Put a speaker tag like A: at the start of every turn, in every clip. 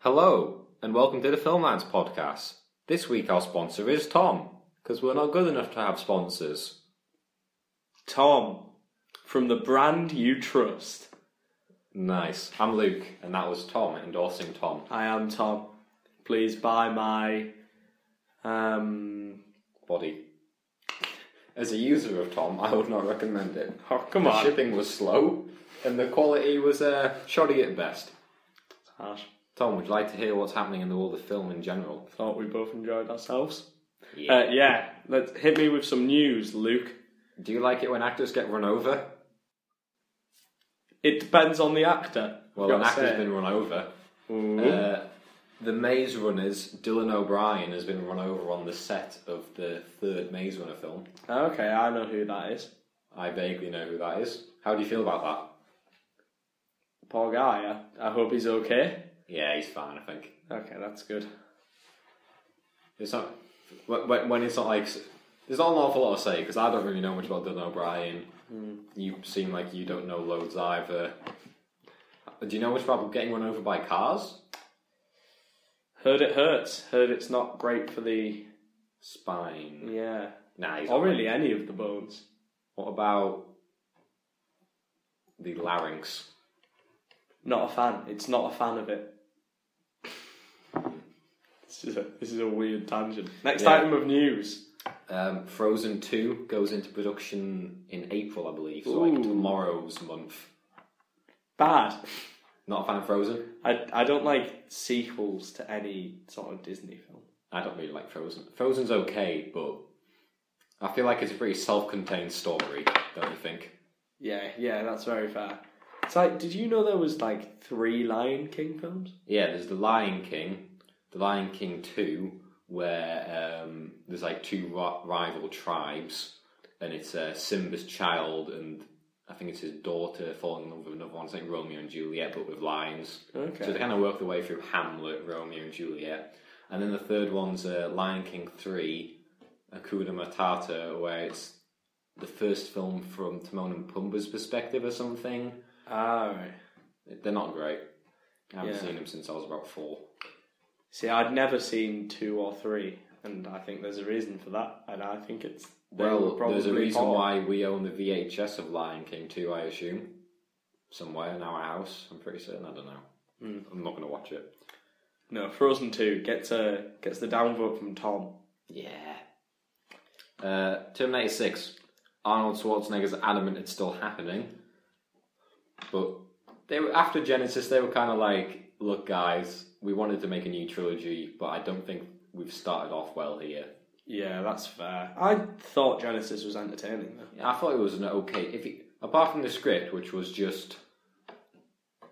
A: Hello, and welcome to the Filmlines podcast. This week our sponsor is Tom, because we're not good enough to have sponsors.
B: Tom, from the brand you trust.
A: Nice. I'm Luke, and that was Tom endorsing Tom.
B: I am Tom. Please buy my. Um.
A: Body. As a user of Tom, I would not recommend it.
B: Oh, come
A: The
B: on.
A: shipping was slow, and the quality was uh, shoddy at best.
B: Harsh.
A: Tom, would you like to hear what's happening in the world of film in general?
B: Thought we both enjoyed ourselves. Uh, yeah, let's hit me with some news, Luke.
A: Do you like it when actors get run over?
B: It depends on the actor.
A: Well,
B: I've
A: an
B: got to
A: actor's
B: say.
A: been run over.
B: Ooh.
A: Uh, the Maze Runners, Dylan O'Brien, has been run over on the set of the third Maze Runner film.
B: okay, I know who that is.
A: I vaguely know who that is. How do you feel about that?
B: Poor guy. I, I hope he's okay.
A: Yeah, he's fine, I think.
B: Okay, that's good.
A: It's not when, when- when it's not like s- there's not an awful lot to say because I don't really know much about Dylan O'Brien.
B: Hmm.
A: You seem like you don't know loads either. Do you know much about getting run over by cars?
B: Heard it hurts. Heard it's not great for the.
A: Spine.
B: Yeah.
A: Nah, he's
B: Hmm. Or
A: not-
B: really any of the bones.
A: What about the larynx?
B: Not a fan. It's not a fan of it. This is a, this is a weird tangent. Next
A: Yeah.
B: item of news.
A: Um, Frozen 2 goes into production in April, I believe, so like
B: Ooh.
A: tomorrow's month.
B: Bad.
A: Not a fan of Frozen?
B: I, I don't like sequels to any sort of Disney film.
A: I don't really like Frozen. Frozen's okay, but I feel like it's a pretty self contained story, don't you think?
B: Yeah, yeah, that's very fair. It's like, did you know there was like three Lion King films?
A: Yeah, there's The Lion King, The Lion King 2, where um, there's like two ri- rival tribes, and it's uh, Simba's child and I think it's his daughter falling in love with another one. It's like Romeo and Juliet, but with lions. So they
B: Okay.
A: kind of work their way through Hamlet, Romeo and Juliet, and then the third one's uh, Lion King three, Akuna Matata, where it's the first film from Timon and Pumbaa's perspective or something.
B: Alright.
A: They're not great. I haven't
B: Yeah.
A: seen them since I was about four.
B: See, I'd never seen two or three, and I think there's a reason for that, and I think it's. they were
A: Well, there's a
B: probably
A: reason
B: poor.
A: why we own the VHS of Lion King two, I assume, somewhere in our house. I'm pretty certain. I don't know.
B: Hmm.
A: I'm not going to watch it.
B: No, Frozen 2 gets, a, gets the downvote from Tom.
A: Yeah. Uh, Terminator 6. Arnold Schwarzenegger's adamant it's still happening. But they were, after Genesis, they were kind of like, look, guys, we wanted to make a new trilogy, but I don't think we've started off well here.
B: Yeah, that's fair. I thought Genesis was entertaining though.
A: I thought it was an okay. If you, apart from the script, which was just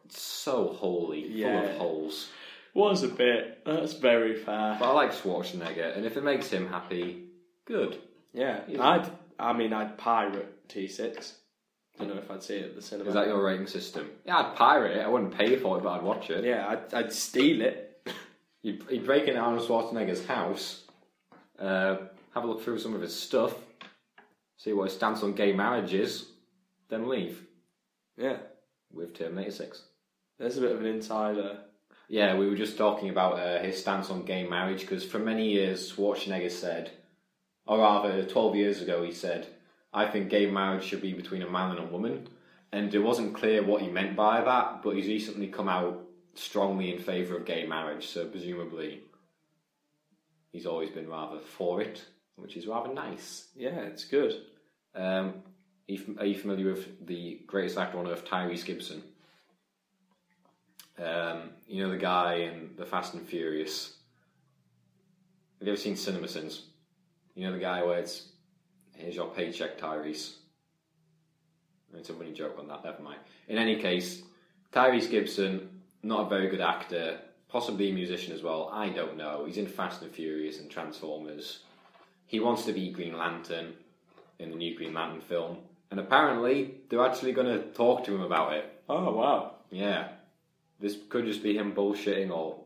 A: so holy, full
B: Yeah.
A: of holes.
B: Was a bit. That's very fair.
A: But I like Schwarzenegger, and if it makes him happy, good.
B: Yeah,
A: Yeah.
B: I'd. I mean, I'd pirate T6. Don't know if I'd see it at the cinema.
A: Is that your rating system? Yeah, I'd pirate it. I wouldn't pay for it, but I'd watch it.
B: Yeah, I'd, I'd steal it.
A: You, you break into Arnold Schwarzenegger's house, uh, have a look through some of his stuff, see what his stance on gay marriage is, then leave
B: Yeah,
A: with Terminator 6.
B: there's a bit of an insider.
A: Yeah, we were just talking about uh, his stance on gay marriage because for many years Schwarzenegger said, or rather 12 years ago, he said, I think gay marriage should be between a man and a woman. And it wasn't clear what he meant by that, but he's recently come out strongly in favour of gay marriage, so presumably he's always been rather for it, which is rather nice.
B: Yeah, it's good.
A: Um, are, you, fam- are you familiar with the greatest actor on earth, Tyrese Gibson? Um, you know the guy in the Fast and Furious. Have you ever seen Cinema Sins? You know the guy where it's here's your paycheck, Tyrese. It's a funny joke on that. Never mind. In any case, Tyrese Gibson, not a very good actor, possibly a musician as well. I don't know. He's in Fast and Furious and Transformers. He wants to be Green Lantern in the new Green Lantern film, and apparently they're actually going to talk to him about it.
B: Oh wow.
A: Yeah, this could just be him bullshitting or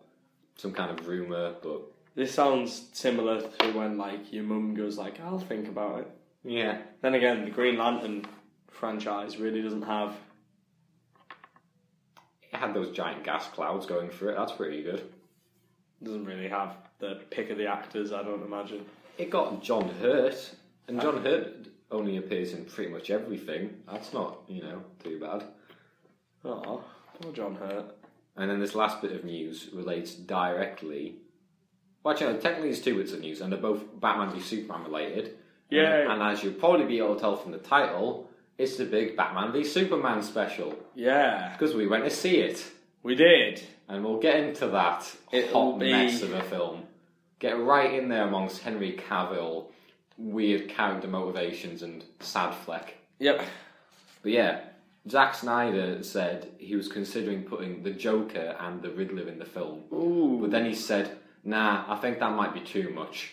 A: some kind of rumor, but
B: This sounds similar to when like your mum goes like, "I'll think about it."
A: yeah,
B: Then again, the Green Lantern franchise really doesn't have.
A: it had those giant gas clouds going through it. That's pretty good.
B: Doesn't really have the pick of the actors, I don't imagine.
A: It got John Hurt, and John Hurt only appears in pretty much everything. That's not, you know, too bad.
B: Oh, poor John Hurt.
A: And then this last bit of news relates directly. Well, actually, no, technically, there's two bits of news, and they're both Batman v Superman related.
B: Yay.
A: And as you'll probably be able to tell from the title, it's the big Batman v Superman special
B: Yeah,
A: because we went to see it,
B: we did.
A: and we'll get into that
B: It'll
A: hot
B: be-
A: mess of a film. Get right in there amongst Henry Cavill, weird character motivations, and sad Fleck.
B: Yep.
A: But yeah, Zack Snyder said he was considering putting the Joker and the Riddler in the film.
B: Ooh.
A: But then he said, nah, I think that might be too much.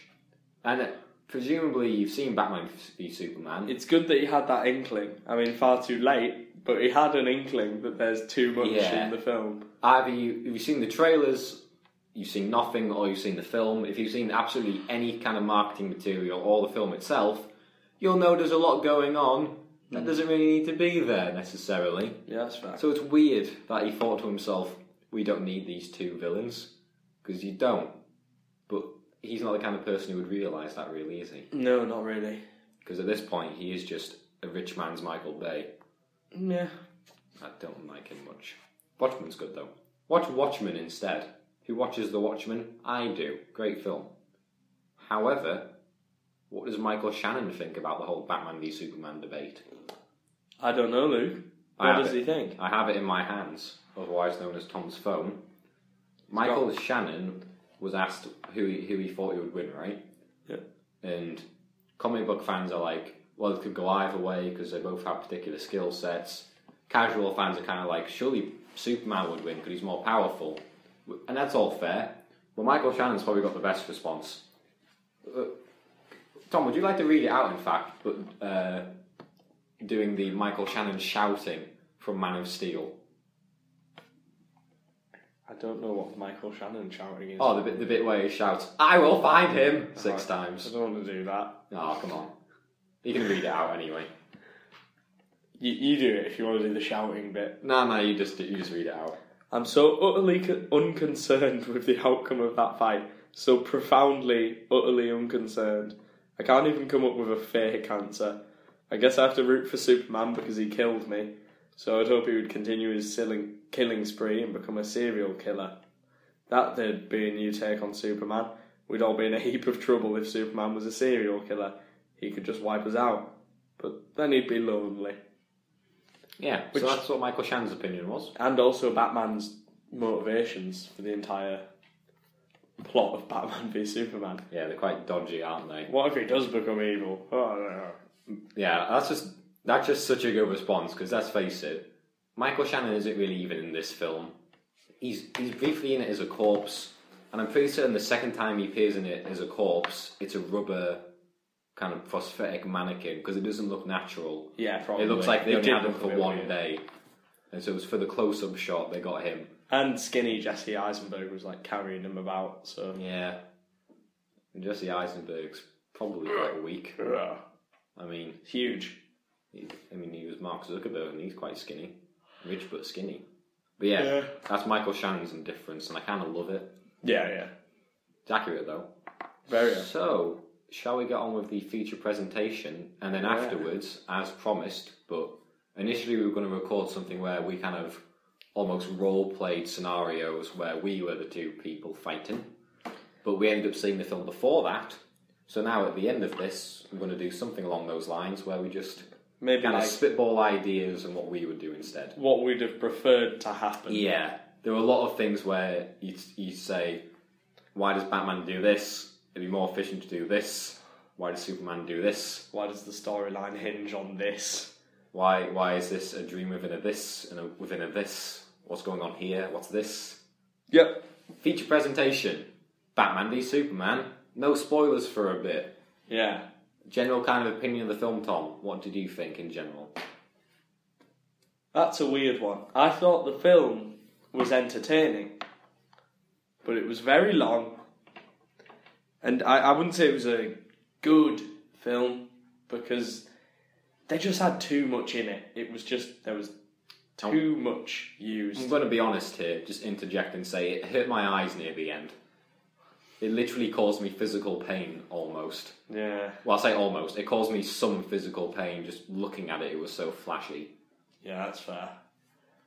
A: And it- presumably you've seen Batman v Superman.
B: It's good that he had that inkling. I mean, far too late, but he had an inkling that there's too much
A: Yeah.
B: in the film.
A: Either you, if you've seen the trailers, you've seen nothing, or you've seen the film. If you've seen absolutely any kind of marketing material or the film itself, you'll know there's a lot going on that doesn't really need to be there necessarily.
B: Yeah, that's fair.
A: So it's weird that he thought to himself, we don't need these two villains, because you don't. But he's not the kind of person who would realise that, really, is he?
B: no, not really.
A: Because at this point, he is just a rich man's Michael Bay.
B: Yeah.
A: I don't like him much. Watchmen's good, though. Watch Watchmen instead. Who watches The Watchmen? I do. Great film. However, what does Michael Shannon think about the whole Batman v Superman debate?
B: I don't know, Luke.
A: I
B: What
A: have
B: does
A: it.
B: he think?
A: I have it in my hands, otherwise known as Tom's phone. Michael Shannon was asked who he, who he thought he would win, right?
B: Yeah.
A: And comic book fans are like, well, it could go either way because they both have particular skill sets. Casual fans are kind of like, surely Superman would win because he's more powerful. And that's all fair. Well, Michael Shannon's probably got the best response. Uh, Tom, would you like to read it out, in fact, but uh, doing the Michael Shannon shouting from Man of Steel?
B: I don't know what Michael Shannon shouting is.
A: Oh, the bit, the bit where he shouts, I will find him! Six
B: Alright. I
A: times.
B: don't want to do that.
A: Oh, come on. You can read it out anyway.
B: You, you do it if you want to do the shouting bit.
A: No, no, you just, you just read it out.
B: I'm so utterly con- unconcerned with the outcome of that fight. So profoundly, utterly unconcerned. I can't even come up with a fake answer. I guess I have to root for Superman because he killed me. So I'd hope he would continue his silling, killing spree and become a serial killer. That'd be a new take on Superman. We'd all be in a heap of trouble if Superman was a serial killer. He could just wipe us out. But then he'd be lonely.
A: Yeah,
B: Which-
A: so that's what Michael Shannon's opinion was.
B: and also Batman's motivations for the entire plot of Batman v Superman.
A: Yeah, they're quite dodgy, aren't they?
B: What if he does become evil? Oh, I don't know.
A: Yeah, that's just that's just such a good response because let's face it, Michael Shannon isn't really even in this film. He's he's briefly in it as a corpse, and I'm pretty certain the second time he appears in it as a corpse, it's a rubber kind of prosthetic mannequin because it doesn't look natural.
B: Yeah, probably.
A: It looks like they
B: He
A: only
B: did
A: had him
B: look a
A: for
B: bit
A: one
B: weird.
A: day, and so it was for the close-up shot they got him.
B: And skinny Jesse Eisenberg was like carrying him about, so.
A: Yeah, and Jesse Eisenberg's probably quite weak.
B: Ugh.
A: I mean,
B: Huge.
A: He- I mean, he was Mark Zuckerberg, and he's quite skinny, rich but skinny. But yeah,
B: Yeah.
A: that's Michael Shannon's indifference, and I kind of love it.
B: Yeah, yeah.
A: It's accurate though.
B: Very. uh,
A: So, shall we get on with the feature presentation, and then
B: Yeah.
A: afterwards, as promised, but initially we were going to record something where we kind of almost role played scenarios where we were the two people fighting, but we ended up seeing the film before that. So now at the end of this, I'm going to do something along those lines where we just
B: Maybe
A: kind
B: like
A: of spitball ideas and what we would do instead.
B: what we'd have preferred to happen.
A: Yeah, there were a lot of things where you you say, why does Batman do this? It'd be more efficient to do this. Why does Superman do this?
B: Why does the storyline hinge on this?
A: Why why is this a dream within a this and a, within a this? What's going on here? What's this?
B: Yep.
A: Feature presentation: Batman v Superman. No spoilers for a bit.
B: Yeah.
A: General kind of opinion of the film, Tom. What did you think in general?
B: That's a weird one. I thought the film was entertaining, but it was very long. And I, I wouldn't say it was a good film because they just had too much in it. It was just, there was too much
A: I'm
B: used.
A: Mm. going to be honest here, just interject and say it hurt my eyes near the end. It literally caused me physical pain almost.
B: Yeah.
A: Well, I say almost. It caused me some physical pain just looking at it. It was so flashy.
B: Yeah, that's fair.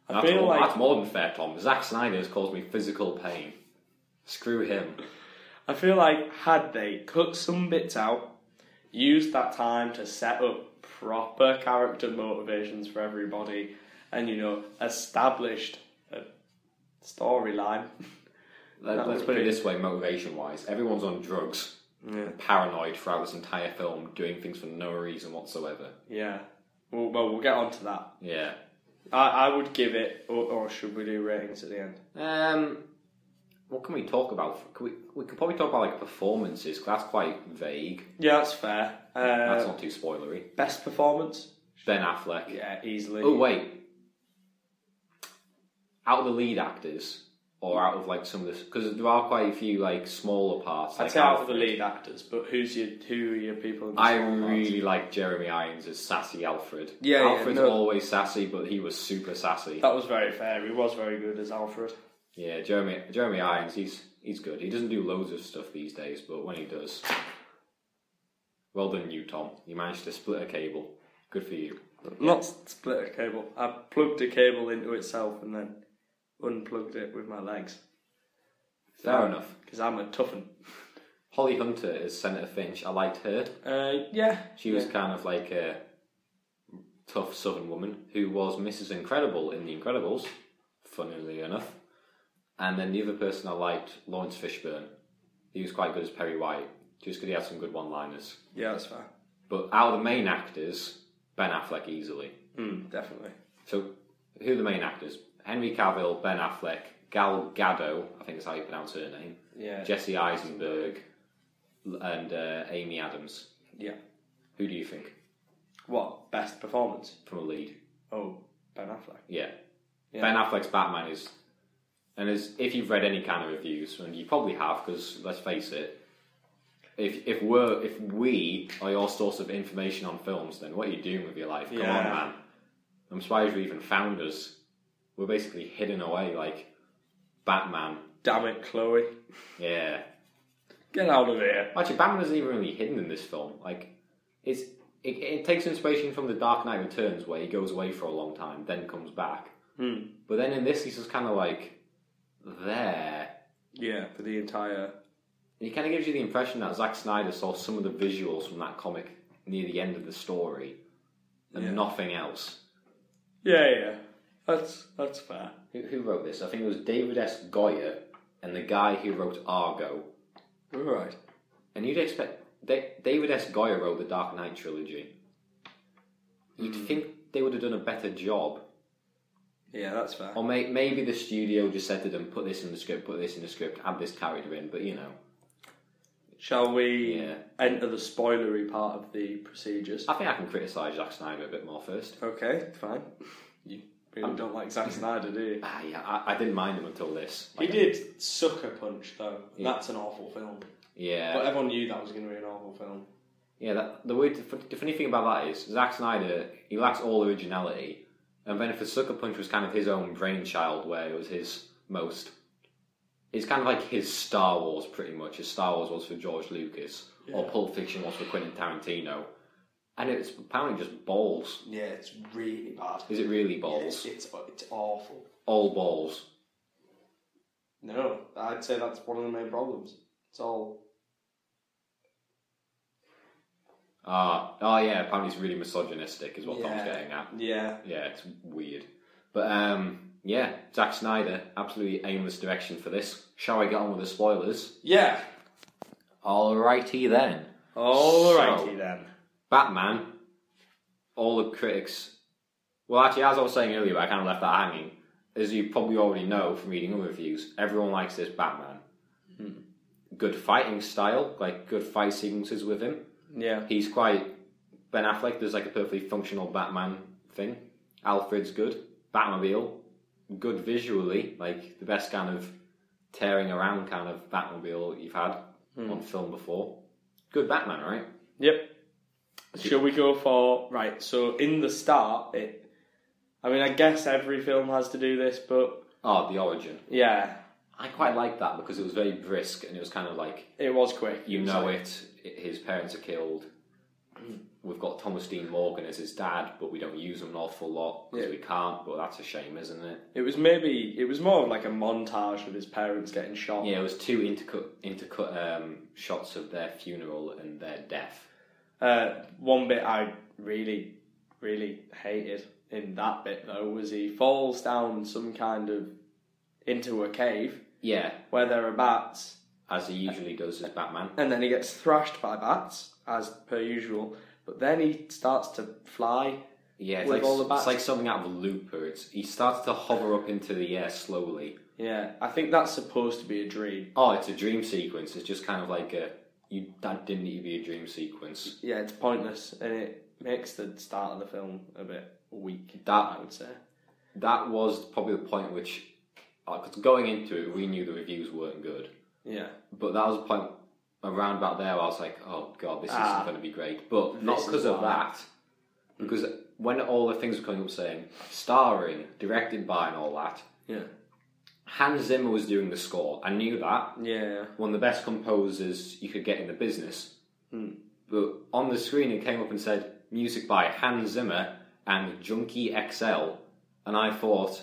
B: I
A: That's,
B: feel
A: all,
B: like-
A: that's more than fair, Tom. Zack Snyder has caused me physical pain. Screw him.
B: I feel like had they cut some bits out, used that time to set up proper character motivations for everybody, and you know, established a storyline.
A: Let,
B: That
A: let's
B: would
A: put it
B: be-
A: this way, motivation-wise, everyone's on drugs,
B: Yeah.
A: paranoid throughout this entire film, doing things for no reason whatsoever.
B: Yeah. Well, well, we'll get on to that.
A: Yeah.
B: I, I would give it, or, or should we do ratings at the end?
A: Um, what can we talk about? Can we we could probably talk about like performances. 'cause that's quite vague.
B: Yeah, that's fair. Uh,
A: That's not too spoilery.
B: Best performance?
A: Ben Affleck.
B: Yeah, easily.
A: Oh wait. Out of the lead actors, or out of like some of the because there are quite a few like smaller parts.
B: I'd
A: like
B: say out of the
A: Alfred.
B: lead actors, but who's your who are your people? In the
A: I
B: small parts?
A: really like Jeremy Irons as sassy Alfred.
B: Yeah, yeah,
A: Alfred's
B: no. Oh.
A: always sassy, but he was super sassy.
B: that was very fair. He was very good as Alfred.
A: Yeah, Jeremy Jeremy Irons, he's he's good. He doesn't do loads of stuff these days, but when he does, well done you, Tom. You managed to split a cable. Good for you.
B: Not split a cable. I plugged a cable into itself and then unplugged it with my legs
A: Fair enough.
B: because I'm a tough un.
A: Holly Hunter is Senator Finch. I liked her.
B: Uh, yeah,
A: She was kind of like a tough Southern woman who was Mrs. Incredible in The Incredibles, funnily enough. And then the other person I liked, Lawrence Fishburne. He was quite good as Perry White, just because he had some good one-liners.
B: yeah, that's fair.
A: But out of the main actors, Ben Affleck easily.
B: Mm, definitely.
A: So, who are the main actors? Henry Cavill, Ben Affleck, Gal Gadot, I think that's how you pronounce her name,
B: Yeah,
A: Jesse Eisenberg, l- and uh, Amy Adams.
B: yeah.
A: Who do you think
B: What best performance?
A: from a lead?
B: Oh, Ben Affleck.
A: Yeah.
B: Yeah.
A: Ben Affleck's Batman is, and is if you've read any kind of reviews, and you probably have, because let's face it, if if we're if we are your source of information on films, then what are you doing with your life? Come on,
B: Yeah.
A: man. I'm surprised you even found us. We're basically hidden away like Batman.
B: Damn it, Chloe.
A: Yeah.
B: Get out of here.
A: Actually, Batman isn't even really hidden in this film. Like, it's it, it takes inspiration from The Dark Knight Returns, where he goes away for a long time, then comes back.
B: Hmm.
A: But then in this, he's just kind of like there.
B: Yeah, for the entire.
A: And it kind of gives you the impression that Zack Snyder saw some of the visuals from that comic near the end of the story and
B: Yeah.
A: nothing else.
B: Yeah, yeah. That's that's fair.
A: Who, who wrote this? I think it was David S. Goyer and the guy who wrote Argo.
B: All right.
A: And you'd expect Da- David S. Goyer wrote the Dark Knight trilogy. You'd think they would have done a better job,
B: Yeah, that's fair.
A: or may- maybe the studio just said to them, "Put this in the script, put this in the script, add this character in." But you know,
B: Shall we
A: Yeah. Ah.
B: enter the spoilery part of the procedures?
A: I think I can criticize Zack Snyder a bit more first.
B: Okay, fine. You really don't like Zack Snyder, do you?
A: Ah, yeah, I, I didn't mind him until this.
B: He
A: Like,
B: did Sucker Punch, though.
A: Yeah.
B: That's an awful film.
A: Yeah,
B: But everyone knew that was going to be an awful film.
A: yeah. That, the weird, the funny thing about that is Zack Snyder. He lacks all originality, and then for Sucker Punch was kind of his own brainchild, where it was his most. It's kind of like his Star Wars, pretty much. As Star Wars was for George Lucas, or
B: Yeah.
A: Pulp Fiction was for Quentin Tarantino, and it's apparently just balls.
B: Yeah, it's really bad.
A: Is it really
B: Yeah,
A: balls?
B: it's, it's awful.
A: All balls.
B: No, I'd say that's one of the main problems. It's all.
A: Ah, oh yeah. Apparently, it's really misogynistic, is what Tom's
B: Yeah.
A: getting at.
B: Yeah.
A: Yeah, it's weird. But um, yeah, Zack Snyder, absolutely aimless direction for this. Shall I get on with the spoilers?
B: Yeah.
A: Alrighty then.
B: Alrighty
A: So-
B: then.
A: Batman, all the critics. Well, actually, as I was saying earlier, I kind of left that hanging. As you probably already know from reading other reviews, everyone likes this Batman. Good fighting style, like good fight sequences with him.
B: Yeah.
A: He's quite Ben Affleck. There's like a perfectly functional Batman thing. Alfred's good. Batmobile, good visually, like the best kind of tearing around kind of Batmobile you've had on film before. Good Batman, right?
B: Yep. Shall we go for right? So in the start, it. I mean, I guess every film has to do this, but
A: Oh, the origin.
B: yeah,
A: I quite liked that because it was very brisk and it was kind of like
B: It was quick.
A: you
B: It was
A: know
B: like-
A: it. i- His parents are killed. We've got Thomas Dean Morgan as his dad, but we don't use him an awful lot because
B: Yeah.
A: we can't. But that's a shame, isn't it?
B: It was maybe it was more of like a montage of his parents getting shot.
A: Yeah, it was two intercut intercut um, shots of their funeral and their death.
B: Uh, one bit I really, really hated in that bit though was he falls down some kind of into a cave
A: Yeah,
B: where there are bats,
A: as he usually does as Batman.
B: and then he gets thrashed by bats as per usual. But then he starts to fly.
A: Yeah, it's
B: With
A: like,
B: all the
A: it's
B: bats.
A: like something out of a looper. It's, he starts to hover up into the air slowly.
B: Yeah, I think that's supposed to be a dream.
A: Oh, it's a dream sequence. It's just kind of like a you that didn't need to be a dream sequence.
B: Yeah, it's pointless, and it makes the start of the film a bit weak.
A: That
B: I would say.
A: that was probably the point which, because going into it, we knew the reviews weren't good.
B: Yeah,
A: But that was the point around about there. Where I was like, oh god, this
B: Ah.
A: isn't going to be great. But not
B: This is
A: because of
B: why. Hmm.
A: that, because when all the things were coming up saying starring, directed by, and all that,
B: yeah,
A: Hans Zimmer was doing the score. I knew that.
B: yeah.
A: one of the best composers you could get in the business.
B: Hmm.
A: But on the screen, it came up and said music by Hans Zimmer and Junkie XL, and I thought,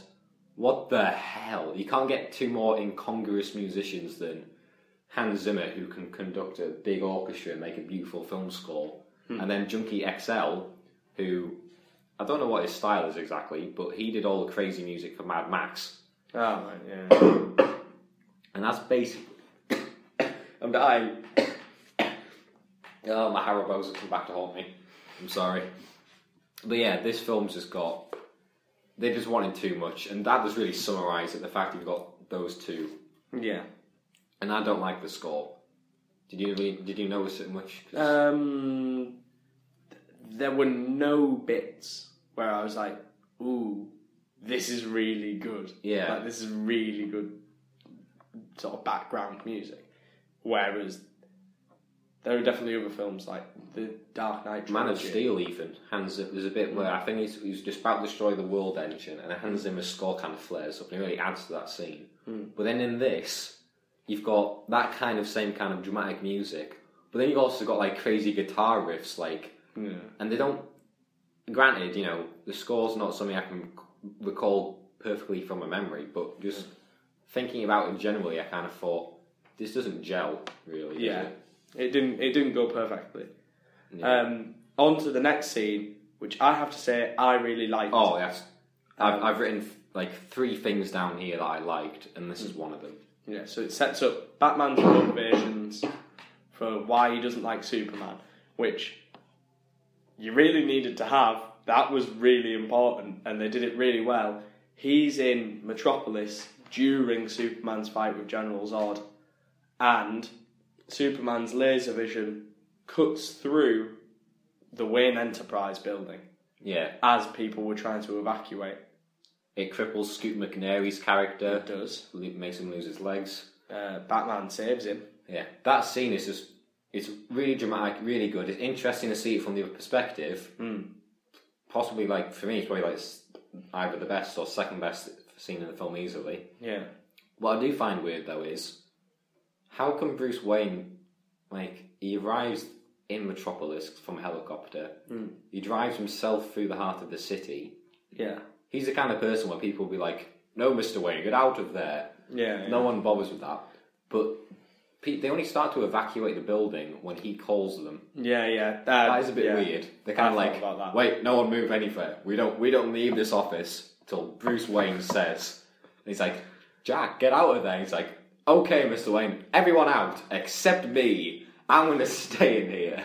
A: what the hell? You can't get two more incongruous musicians than Hans Zimmer, who can conduct a big orchestra and make a beautiful film score, and then Junkie XL, who I don't know what his style is exactly, but he did all the crazy music for Mad Max,
B: Oh, right, yeah.
A: and that's basically.
B: Um,
A: I'm dying. oh, my Haribo's have come back to haunt me. I'm sorry. But yeah, this film's just got. They just wanted too much, and that just really summarised it the fact you've got those two.
B: yeah.
A: And I don't like the score. Did you really, did you notice it much? 'Cause
B: Um, there were no bits where I was like, "Ooh, this is really good."
A: Yeah.
B: like this is really good sort of background music. Whereas there are definitely other films like the Dark Knight
A: Man of
B: trilogy.
A: Steel, even Hans, Zimmer- there's a bit where I think he's, he's just about to destroy the world engine, and Hans Zimmer's score kind of flares up, and it really adds to that scene. But then in this, you've got that kind of same kind of dramatic music, but then you've also got like crazy guitar riffs, like,
B: Yeah,
A: and they don't. Granted, you know the score's not something I can recall perfectly from my memory, but just thinking about it generally, I kind of thought this doesn't gel really. does
B: yeah.
A: it?
B: It didn't. It didn't go perfectly.
A: Yeah.
B: Um, on to the next scene, which I have to say I really liked.
A: Oh, yes. I've, I've written like three things down here that I liked, and this is one of them.
B: Yeah, so it sets up Batman's motivations for why he doesn't like Superman, which you really needed to have. That was really important, and they did it really well. He's in Metropolis during Superman's fight with General Zod, and Superman's laser vision cuts through the Wayne Enterprise building
A: Yeah,
B: as people were trying to evacuate.
A: it cripples Scoot McNairy's character,
B: It does.
A: lo- makes him lose his legs.
B: Uh, Batman saves him.
A: Yeah, that scene is just. It's really dramatic, really good. It's interesting to see it from the other perspective.
B: Mm.
A: Possibly, like, for me, it's probably like s- either the best or second best scene in the film easily.
B: Yeah.
A: What I do find weird though is how come Bruce Wayne, like, he arrives in Metropolis from a helicopter,
B: Mm.
A: he drives himself through the heart of the city.
B: Yeah.
A: He's the kind of person where people will be like, no, Mr. Wayne, get out of there.
B: Yeah.
A: No one bothers with that. But pe- they only start to evacuate the building when he calls them.
B: Yeah, yeah. Uh,
A: That is a bit
B: yeah.
A: weird. They're kind
B: I
A: of
B: thought
A: like,
B: about that.
A: wait, no one move anywhere. We don't, we don't leave this office till Bruce Wayne says. And he's like, Jack, get out of there. he's like, okay, Mr. Wayne, everyone out except me. I'm gonna stay in here.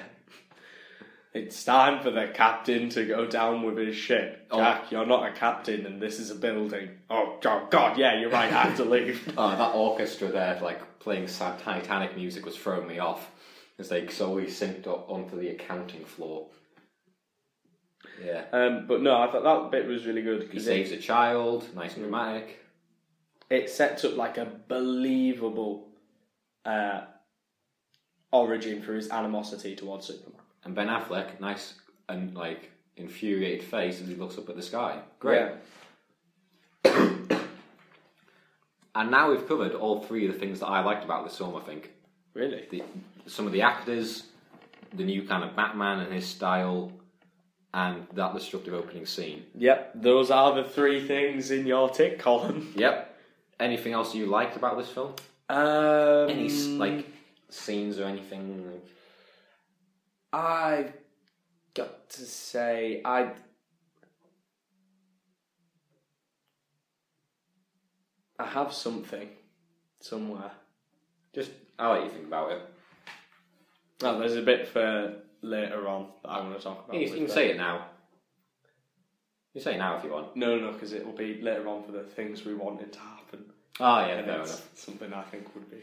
B: It's time for the captain to go down with his ship.
A: Oh.
B: Jack, you're not a captain and this is a building. Oh, God, God yeah, you're right, I have to leave.
A: Oh, that orchestra there, like playing sad Titanic music, was throwing me off as they slowly synced up onto the accounting floor. Yeah.
B: um, but no, I thought that bit was really good
A: He
B: because it,
A: saves a child, nice and dramatic.
B: it sets up like a believable uh, origin for his animosity towards Superman.
A: And Ben Affleck, nice and like infuriated face as he looks up at the sky. Great. And now we've covered all three of the things that I liked about this film, I think.
B: Really?
A: The, some of the actors, the new kind of Batman and his style, and that destructive opening scene.
B: Yep, those are the three things in your tick column.
A: Yep. Anything else you liked about this film?
B: Um,
A: Any s like scenes or anything? Like,
B: I've got to say, I. I have something somewhere.
A: just I'll let you think about it.
B: Oh, there's a bit for later on that I want to talk about.
A: You, you
B: with
A: can
B: the-
A: say it now. You say it now if you want.
B: No, no, because it will be later on for the things we wanted to happen.
A: Oh yeah,
B: And
A: fair
B: it's
A: enough.
B: Something I think would be.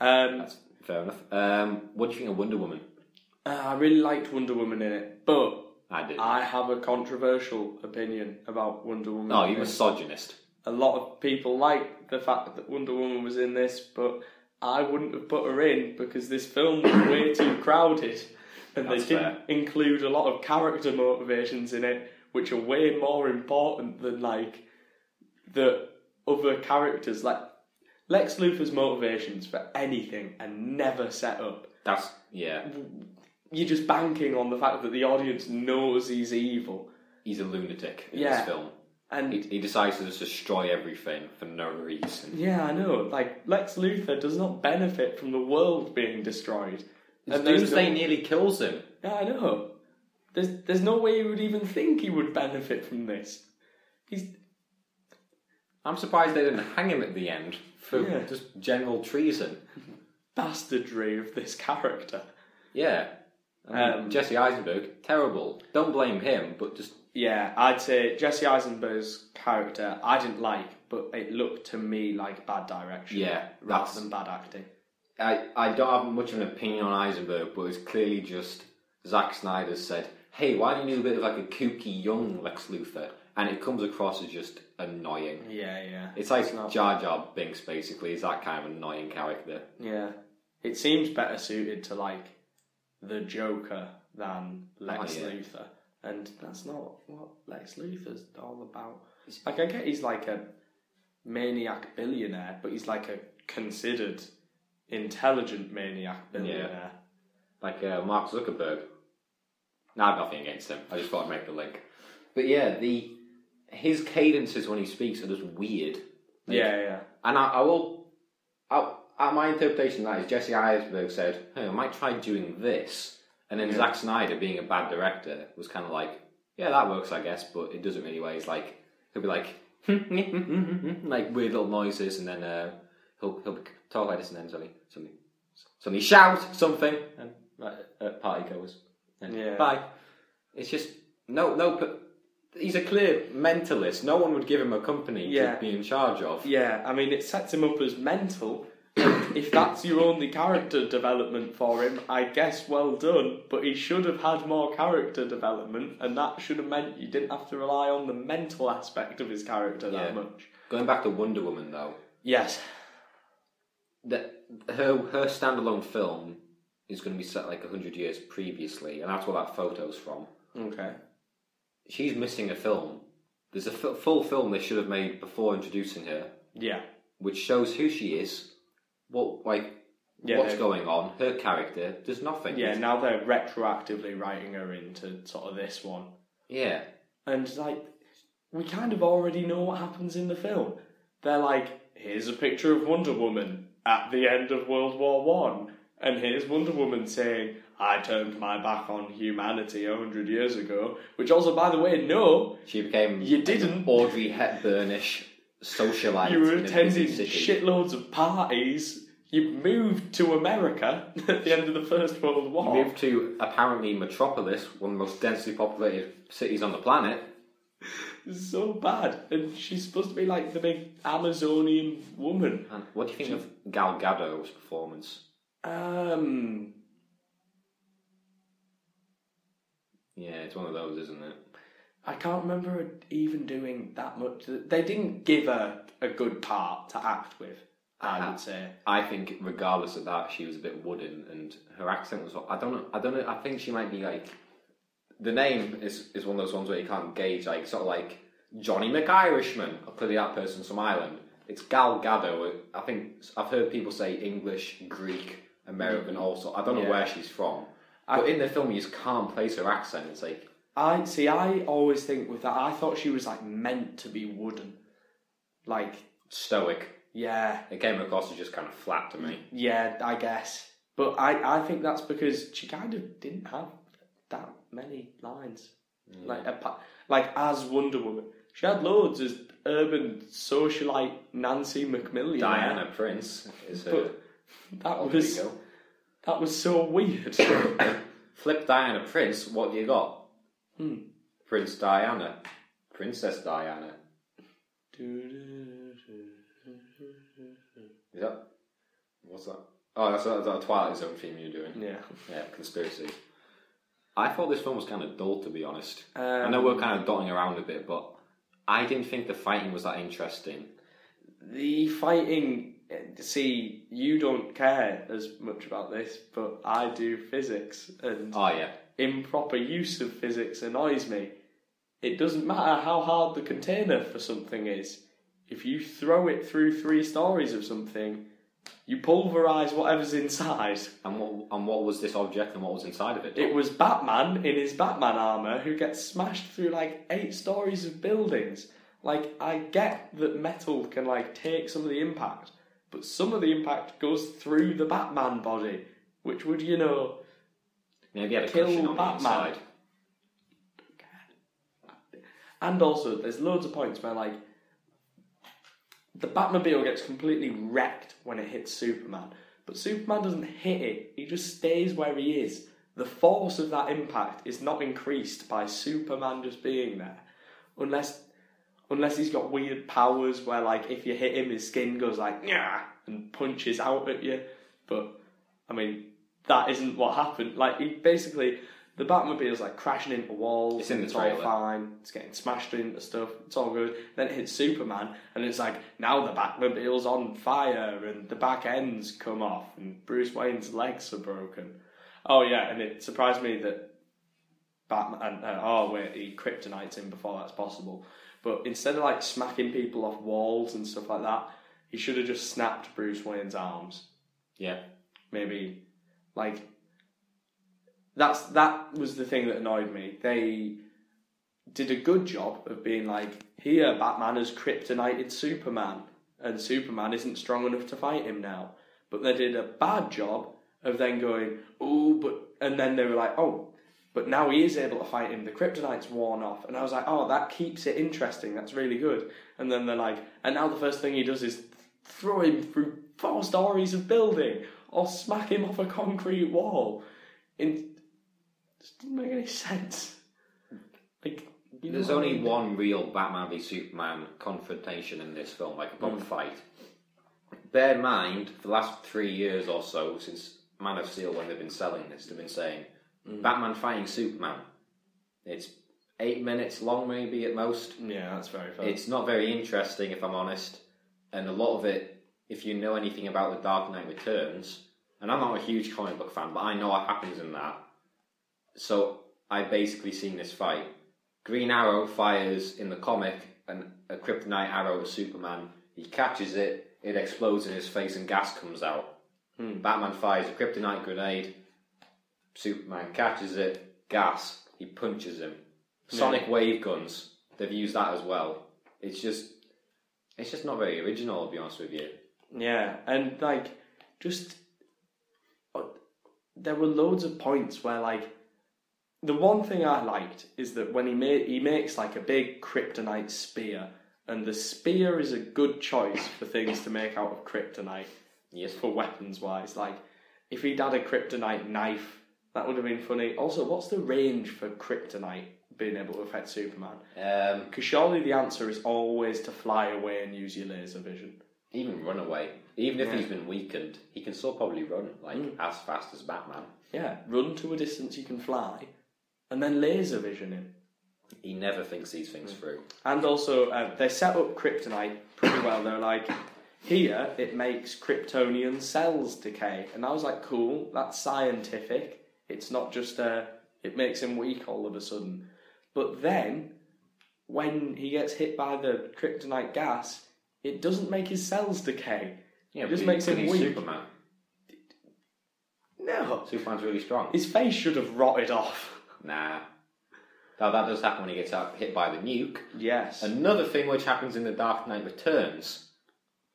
B: Um,
A: That's fair enough. Um, what do you think of Wonder Woman?
B: uh, I really liked Wonder Woman in it, but
A: I did.
B: I have a controversial opinion about Wonder Woman.
A: No, you Oh, misogynist.
B: a lot of people like the fact that Wonder Woman was in this, but I wouldn't have put her in because this film was way too crowded, and
A: That's
B: they didn't include a lot of character motivations in it, which are way more important than like the other characters. Like Lex Luthor's motivations for anything are never set up.
A: That's yeah.
B: You're just banking on the fact that the audience knows he's evil,
A: He's a lunatic in
B: Yeah.
A: this film.
B: and
A: He, he decides to just destroy everything for no reason.
B: Yeah, I know. Like Lex Luthor does not benefit from the world being destroyed.
A: And
B: there's
A: Doomsday
B: no-
A: nearly kills him.
B: Yeah, I know. There's there's no way you would even think he would benefit from this. He's
A: I'm surprised they didn't hang him at the end for
B: Yeah.
A: just general treason.
B: bastardry of this character.
A: Yeah. I mean,
B: Um,
A: Jesse Eisenberg, terrible. Don't blame him, but just
B: Yeah, I'd say Jesse Eisenberg's character I didn't like, but it looked to me like bad direction.
A: yeah.
B: Rather
A: That's
B: than bad acting.
A: I, I don't have much of an opinion on Eisenberg, but it's clearly just Zack Snyder said, "Hey, why don't you do a bit of like a kooky young Lex Luthor?" And it comes across as just annoying.
B: Yeah, yeah.
A: It's like
B: not-
A: Jar Jar Binks, basically. Is that kind of annoying character?
B: Yeah. It seems better suited to like the Joker than Lex
A: Oh, yeah.
B: Luthor. And that's not what Lex Luthor's all about. Like I get he's like a maniac billionaire, but he's like a considered intelligent maniac billionaire.
A: Like uh, Mark Zuckerberg. No, I've nothing against him. I just thought I'd make the link. But yeah, the his cadences when he speaks are just weird. Like,
B: Yeah, yeah.
A: And I, I will. I, I, my interpretation of that is Jesse Eisenberg said, hey, I might try doing this. And then
B: Yeah.
A: Zack Snyder, being a bad director, was kind of like, yeah, that works, I guess, but it doesn't really. Where he's like, he'll be like, like weird little noises, and then uh, he'll, he'll talk like this, and then suddenly, suddenly, suddenly shout something, and like, uh, party goes. And
B: Yeah.
A: Bye. It's just, no, no, but he's a clear mentalist. No one would give him a company
B: Yeah.
A: to be in charge of.
B: Yeah, I mean it sets him up as mental. And if that's your only character development for him, I guess well done. But he should have had more character development, and that should have meant you didn't have to rely on the mental aspect of his character that
A: Yeah.
B: much.
A: Going back to Wonder Woman though,
B: Yes.
A: that her her standalone film is going to be set like hundred years previously, and that's where that photo's from.
B: Okay.
A: She's missing a film. There's a f- full film they should have made before introducing her,
B: Yeah.
A: which shows who she is, what like
B: Yeah.
A: what's
B: they're-
A: going on, her character. There's nothing.
B: yeah. Now they're retroactively writing her into sort of this one,
A: yeah,
B: and like we kind of already know what happens in the film. They're like, here's a picture of Wonder Woman at the end of World War One, and here's Wonder Woman saying, "I turned my back on humanity a hundred years ago," which also, by the way, no,
A: she became
B: You didn't.
A: Audrey Hepburnish socialite.
B: you were
A: in a busy
B: attending
A: city.
B: shitloads of parties. You moved to America at the end of the First World War.
A: Moved to apparently Metropolis, one of the most densely populated cities on the planet.
B: so bad. And she's supposed to be like the big Amazonian woman.
A: And what do you think of Gal Gadot's performance?
B: Um,
A: Yeah, it's one of those, isn't it?
B: I can't remember her even doing that much. They didn't give her a good part to act with, I
A: Uh-huh.
B: would say.
A: I think, regardless of that, she was a bit wooden, and her accent was. I don't know. I don't know. I think she might be like. The name is is one of those ones where you can't gauge, like sort of like Johnny McIrishman. Clearly, that person's from Ireland. It's Gal Gadot. I think I've heard people say English, Greek, American. Also, I don't know
B: Yeah.
A: where she's from. But in the film, you just can't place her accent. It's like
B: I see. I always think with that. I thought she was like meant to be wooden, like
A: stoic.
B: yeah,
A: It came across as just kind of flat to me.
B: yeah. I guess, but I I think that's because she kind of didn't have that many lines.
A: Mm.
B: Like apa- like as Wonder Woman, she had loads as urban socialite Nancy McMillian.
A: Diana Prince is her
B: That
A: alter
B: was
A: ego.
B: that was so weird.
A: Flip Diana Prince. What do you got?
B: Hmm.
A: Prince Diana, Princess Diana. Is that what's that? Oh, that's that's that Twilight Zone theme you're doing.
B: yeah.
A: Yeah, conspiracy. I thought this film was kind of dull, to be honest.
B: Um,
A: I know we're kind of dotting around a bit, but I didn't think the fighting was that interesting.
B: The fighting, eh, see, you don't care as much about this, but I do physics, and
A: Oh yeah,
B: improper use of physics annoys me. It doesn't matter how hard the container for something is. If you throw it through three stories of something, you pulverize whatever's inside.
A: and what and what was this object and what was inside of it?
B: It was Batman in his Batman armor who gets smashed through like eight stories of buildings. Like I get that metal can like take some of the impact, but some of the impact goes through the Batman body, which would you know?
A: Maybe it had a
B: Kill
A: cushion on the
B: Batman.
A: inside.
B: And also, there's loads of points where like the Batmobile gets completely wrecked when it hits Superman, but Superman doesn't hit it; he just stays where he is. The force of that impact is not increased by Superman just being there, unless unless he's got weird powers where like if you hit him, his skin goes like yeah and punches out at you. But I mean, that isn't what happened. Like he basically. The Batmobile's like crashing into walls.
A: It's in the
B: all
A: trailer.
B: fine. It's getting smashed into stuff. It's all good. Then it hits Superman, and it's like now the Batmobile's on fire, and the back ends come off, and Bruce Wayne's legs are broken. Oh yeah, and it surprised me that Batman. Uh, oh wait, he kryptonites him before that's possible. But instead of like smacking people off walls and stuff like that, he should have just snapped Bruce Wayne's arms.
A: Yeah,
B: Maybe, like that's that was the thing that annoyed me. They did a good job of being like, here, Batman has kryptonited Superman, and Superman isn't strong enough to fight him now. But they did a bad job of then going, oh, but and then they were like, oh, but now he is able to fight him. The kryptonite's worn off, and I was like, oh, that keeps it interesting. That's really good. And then they're like, and now the first thing he does is throw him through four stories of building or smack him off a concrete wall. In just didn't make any sense. Like you know
A: there's
B: what I
A: only
B: mean?
A: one real Batman v Superman confrontation in this film, like a proper
B: Hmm.
A: fight. Bear in mind, for the last three years or so since Man of Steel, when they've been selling this, they've been saying
B: Hmm.
A: Batman fighting Superman. It's eight minutes long, maybe at most.
B: Yeah, that's very fair.
A: It's not very interesting, if I'm honest. And a lot of it, if you know anything about The Dark Knight Returns, and I'm not a huge comic book fan, but I know what happens in that. So I basically seen this fight. Green Arrow fires in the comic an, a kryptonite arrow at Superman. He catches it, it explodes in his face, and gas comes out.
B: Hmm.
A: Batman fires a kryptonite grenade. Superman catches it, gas. He punches him. Sonic wave guns. They've used that as well. It's just, it's just not very original. I'll be honest with you.
B: Yeah, and like, just uh, there were loads of points where like, the one thing I liked is that when he made he makes like a big kryptonite spear, and the spear is a good choice for things to make out of kryptonite
A: Yes.
B: for weapons wise. Like, if he'd had a kryptonite knife, that would have been funny. Also, what's the range for kryptonite being able to affect Superman?
A: Um,
B: Because surely the answer is always to fly away and use your laser vision.
A: even Runaway. Even if
B: Yeah. Hmm.
A: he's been weakened, he can still probably run like as fast as Batman.
B: Yeah, run to a distance you can fly, and then laser vision him.
A: He never thinks these things
B: Hmm.
A: through.
B: And also, um, they set up kryptonite pretty well. They're like, here it makes kryptonian cells decay, and I was like, cool, that's scientific. It's not just uh, it makes him weak all of a sudden. But then, when he gets hit by the kryptonite gas, It doesn't make his cells decay.
A: Yeah,
B: It just
A: but he-
B: makes
A: but
B: him
A: he's
B: weak.
A: Superman.
B: No.
A: Superman's really strong.
B: His face should have rotted off.
A: Nah. Now that does happen when he gets out, hit by the nuke.
B: Yes.
A: Another thing which happens in The Dark Knight Returns,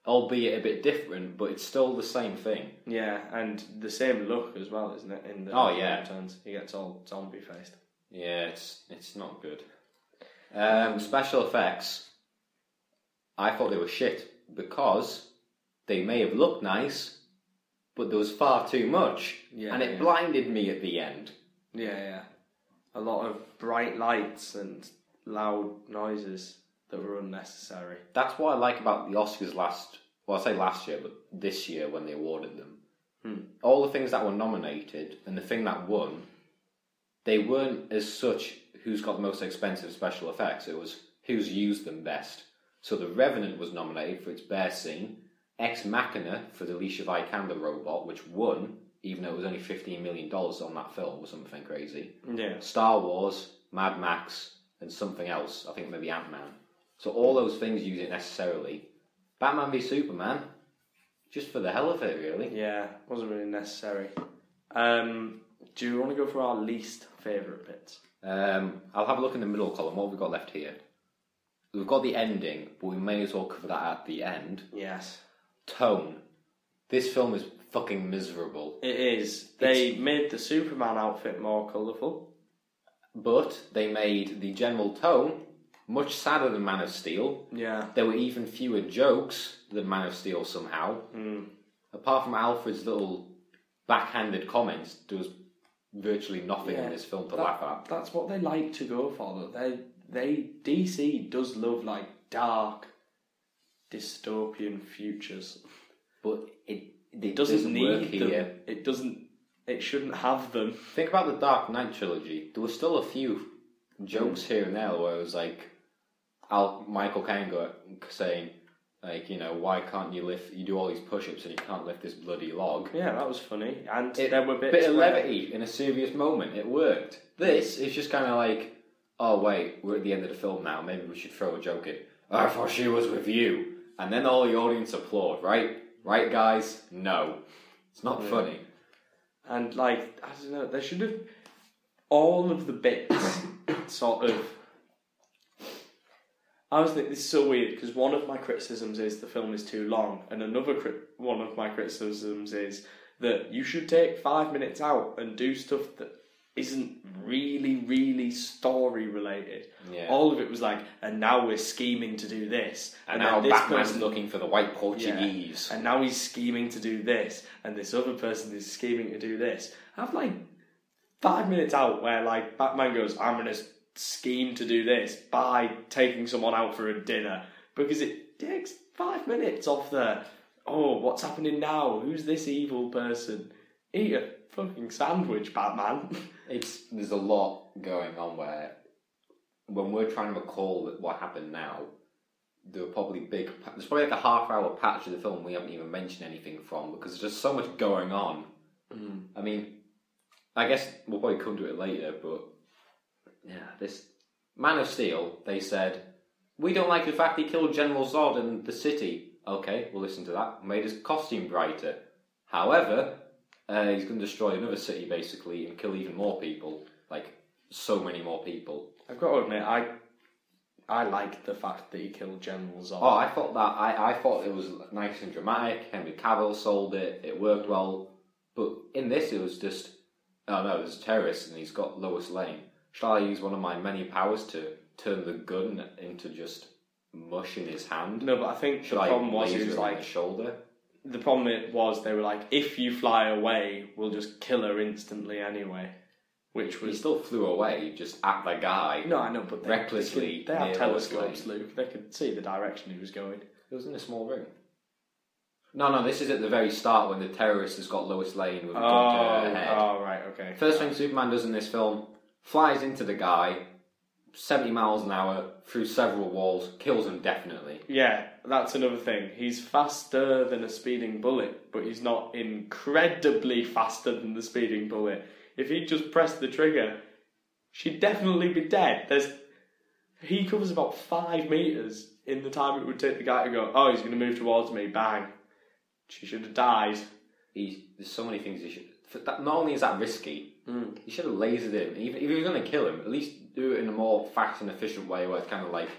A: albeit a bit different, but it's still the same thing.
B: yeah, and the same look as well, isn't it? In the
A: Oh, yeah.
B: Returns. He gets all zombie faced.
A: Yeah, it's it's not good. Um, special effects. I thought they were shit because they may have looked nice, but there was far too much,
B: Yeah,
A: and it
B: yeah.
A: blinded me at the end.
B: Yeah, yeah. A lot of bright lights and loud noises that were unnecessary.
A: That's what I like about the Oscars last. Well, I say last year, but this year when they awarded them,
B: Hmm.
A: all the things that were nominated and the thing that won, they weren't as such who's got the most expensive special effects. It was who's used them best. So the Revenant was nominated for its bear scene, Ex Machina for the Alicia Vikander robot, which won, even though it was only fifteen million dollars on that film or something crazy.
B: Yeah.
A: Star Wars, Mad Max, and something else. I think maybe Ant Man. So all those things use it necessarily. Batman v Superman, just for the hell of it, really.
B: Yeah, wasn't really necessary. Um, do you want to go for our least favourite bits?
A: Um, I'll have a look in the middle column. What have we got left here? We've got the ending, but we may as well cover that at the end.
B: Yes.
A: Tone. This film is fucking miserable,
B: It is. They made the Superman outfit more colourful.
A: but they made the general tone much sadder than Man of Steel.
B: Yeah.
A: There were even fewer jokes than Man of Steel somehow.
B: Hmm.
A: apart from Alfred's little backhanded comments, there was virtually nothing
B: Yeah,
A: in this film to
B: that-
A: laugh at.
B: That's what they like to go for, though. They, they DC does love like dark, dystopian futures.
A: But it, it
B: It doesn't,
A: doesn't
B: need
A: work
B: them.
A: here.
B: It doesn't. It shouldn't have them.
A: Think about the Dark Knight trilogy. There were still a few jokes
B: Hmm.
A: here and there where it was like Al Michael Caine go- saying, like, you know, why can't you lift? You do all these push-ups and you can't lift this bloody log.
B: Yeah, that was funny. And
A: It-
B: there were bits.
A: bit of
B: where-
A: levity in a serious moment. It worked. This is just kind of like, oh wait, we're at the end of the film now. Maybe we should throw a joke in. I thought she was with you, and then all the audience applaud. Right, right, guys. No, it's not funny.
B: And like I don't know, they should have all of the bits sort of. I was thinking this is so weird because one of my criticisms is the film is too long, and another cri- one of my criticisms is that you should take five minutes out and do stuff that isn't really, really story related.
A: Yeah.
B: All of it was like, and now we're scheming to do this,
A: And
B: then
A: now
B: this
A: Batman's
B: person-
A: looking for the white
B: yeah.
A: Portuguese.
B: And now he's scheming to do this, and this other person is scheming to do this. I've like five minutes out where like Batman goes, I'm gonna s- scheme to do this by taking someone out for a dinner because it takes five minutes off the oh, what's happening now? Who's this evil person? Eat a fucking sandwich, Batman.
A: It's there's a lot going on where when we're trying to recall what happened now, there were probably big. pa- There's probably like a half hour patch of the film we haven't even mentioned anything from because there's just so much going on.
B: Mm.
A: I mean, I guess we'll probably come to it later, but yeah, this Man of Steel. They said we don't like the fact he killed General Zod and the city. Okay, we'll listen to that. Made his costume brighter. However, uh, he's going to destroy another city basically and kill even more people. Like so many more people.
B: I've got to admit, I I liked the fact that he killed General Zod.
A: Oh, I thought that I, I thought it was nice and dramatic. Henry Cavill sold it. It worked well. But in this, it was just oh no, there's a terrorist and he's got Lois Lane. Shall I use one of my many powers to turn the gun into just mush in his hand?
B: no, but I think
A: Should
B: the
A: I
B: problem was
A: laser
B: he was
A: him in
B: like
A: the shoulder?
B: the problem it was they were like, if you fly away, we'll just kill her instantly anyway, which
A: He
B: was
A: still flew away just at the guy.
B: no, I know, but they,
A: Recklessly
B: they, could- they
A: near
B: have
A: Lois
B: telescopes, Luke. They could see the direction he was going.
A: It was in a small room. No, no, this is at the very start when the terrorist has got Lois Lane with a
B: Oh,
A: gun to her head.
B: oh, right, okay.
A: First thing Superman does in this film, flies into the guy, 70 miles an hour, through several walls, kills him definitely.
B: Yeah, that's another thing. He's faster than a speeding bullet, but he's not incredibly faster than the speeding bullet. If he just pressed the trigger, she'd definitely be dead. There's He covers about five meters in the time it would take the guy to go. Oh, he's going to move towards me. Bang! She should have died.
A: He's, there's so many things he should. For that, not only is that risky,
B: Mm.
A: he should have lasered him. Even if he was going to kill him, at least do it in a more fast and efficient way, where it's kind of like,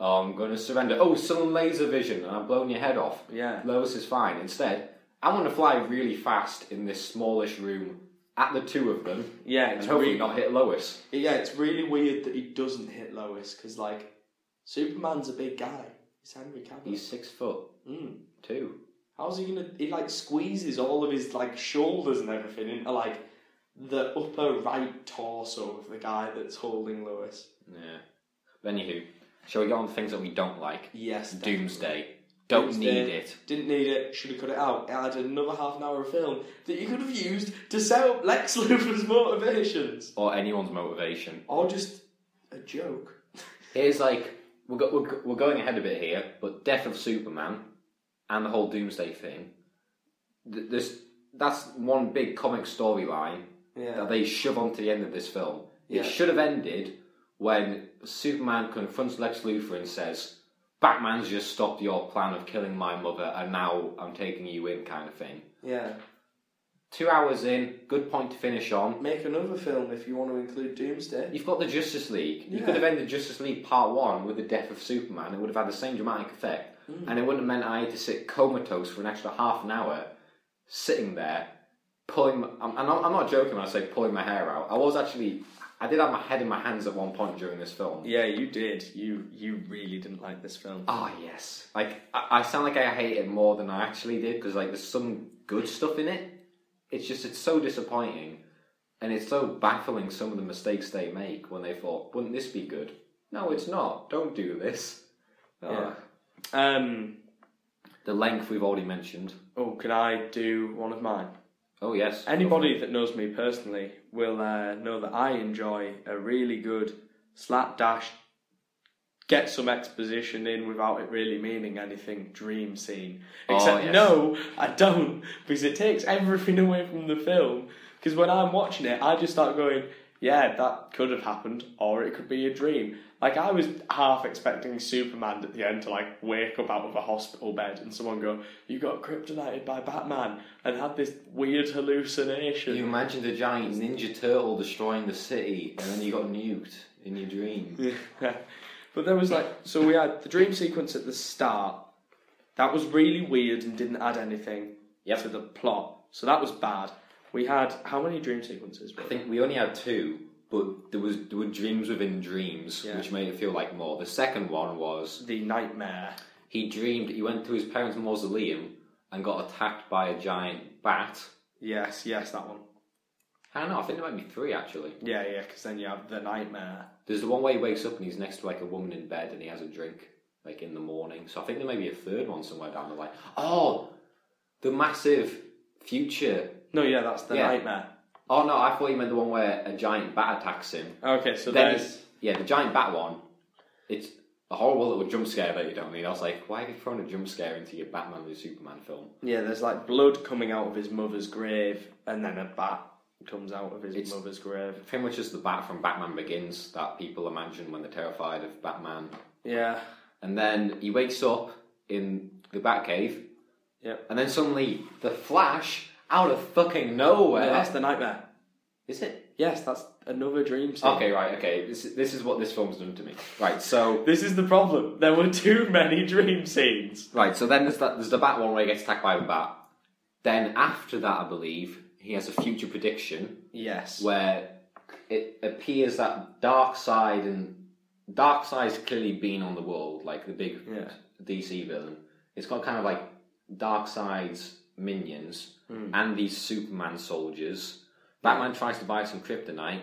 A: oh, I'm going to surrender. Oh, someone laser vision, and I've blown your head off.
B: Yeah.
A: Lois is fine. Instead, I'm going to fly really fast in this smallish room at the two of them,
B: Yeah.
A: and
B: It's
A: hopefully
B: really
A: not hit Lois.
B: yeah. It's really weird that he doesn't hit Lois because like Superman's a big guy. He's Henry Cavill.
A: He's six foot
B: Mm.
A: two.
B: How's he gonna? He like squeezes all of his like shoulders and everything into like the upper right torso of the guy that's holding Lewis.
A: Yeah. But anywho, shall we go on to things that we don't like?
B: Yes,
A: Doomsday. Don't
B: Doomsday.
A: need it.
B: Didn't need it. Should have cut it out. It added another half an hour of film that you could have used to set up Lex Luthor's motivations
A: Or anyone's motivation.
B: or just a joke.
A: Here's like, we're, go- we're, go- we're going ahead a bit here, but Death of Superman and the whole Doomsday thing, th- this, that's one big comic storyline
B: Yeah,
A: that they shove onto the end of this film.
B: Yeah.
A: It should have ended when Superman confronts Lex Luthor and says, Batman's just stopped your plan of killing my mother and now I'm taking you in, kind of thing.
B: yeah.
A: Two hours in, good point to finish on.
B: Make another film if you want to include Doomsday.
A: You've got the Justice League. You
B: Yeah.
A: could have ended Justice League Part 1 with the death of Superman. It would have had the same dramatic effect. And it wouldn't have meant I had to sit comatose for an extra half an hour, sitting there, pulling. My, I'm, I'm, not, I'm not joking when I say pulling my hair out. I was actually. I did have my head in my hands at one point during this film.
B: Yeah, you did. You you really didn't like this film.
A: Ah, yes. Like, I, I sound like I hate it more than I actually did because, like, there's some good stuff in it. It's just, it's so disappointing and it's so baffling some of the mistakes they make when they thought, wouldn't this be good? No, it's not. Don't do this.
B: Yeah.
A: Ah,
B: Um.
A: The length we've already mentioned.
B: Oh, can I do one of mine?
A: Oh, yes.
B: Anybody that knows me personally will uh, know that I enjoy a really good slapdash, get some exposition in without it really meaning anything dream scene.
A: Oh,
B: Except,
A: yes.
B: no, I don't, because it takes everything away from the film. Because when I'm watching it, I just start going, yeah, that could have happened, or it could be a dream. Like, I was half expecting Superman at the end to, like, wake up out of a hospital bed and someone go, You got kryptonited by Batman and had this weird hallucination.
A: You imagined a giant Ninja Turtle destroying the city and then you got nuked in your dream.
B: Yeah. but there was like, so we had the dream sequence at the start. That was really weird and didn't add anything
A: Yep.
B: to the plot. So that was bad. We had how many dream sequences? Were
A: I
B: there?
A: think we only had two, but there was there were dreams within dreams,
B: Yeah.
A: which made it feel like more. The second one was
B: The nightmare.
A: he dreamed he went to his parents' mausoleum and got attacked by a giant bat.
B: Yes, yes, that one.
A: I don't know. I think there might be three actually.
B: Yeah, yeah, because then you have the nightmare.
A: There's the one where he wakes up and he's next to like a woman in bed and he has a drink like in the morning. So I think there may be a third one somewhere down the line. Oh, the massive future.
B: No, yeah, that's the
A: Yeah.
B: nightmare.
A: Oh no, I thought you meant the one where a giant bat attacks him.
B: Okay, so
A: Then
B: there's
A: it's- yeah, the giant bat one. It's a horrible little jump scare that you don't need. I was like, why have you thrown a jump scare into your Batman v Superman film?
B: yeah, there's like blood coming out of his mother's grave, and then a bat comes out of his
A: It's-
B: mother's grave.
A: Pretty much just the bat from Batman Begins that people imagine when they're terrified of Batman.
B: Yeah,
A: And then he wakes up in the Batcave.
B: Yep.
A: And then suddenly the Flash out of fucking
B: No,
A: nowhere.
B: that's the nightmare.
A: Is it?
B: Yes, that's another dream. Scene.
A: Okay, right. Okay, this this is what this film's done to me. Right. So
B: This is the problem. There were too many dream scenes.
A: Right, so then there's, that, there's the bat one where he gets attacked by the bat. Then after that, I believe, he has a future prediction
B: Yes.
A: where it appears that Dark Side and Dark Side's clearly been on the world, like the big
B: Yeah.
A: DC villain. It's got kind of like Dark Side's minions
B: Hmm.
A: and these Superman soldiers. Batman tries to buy some kryptonite,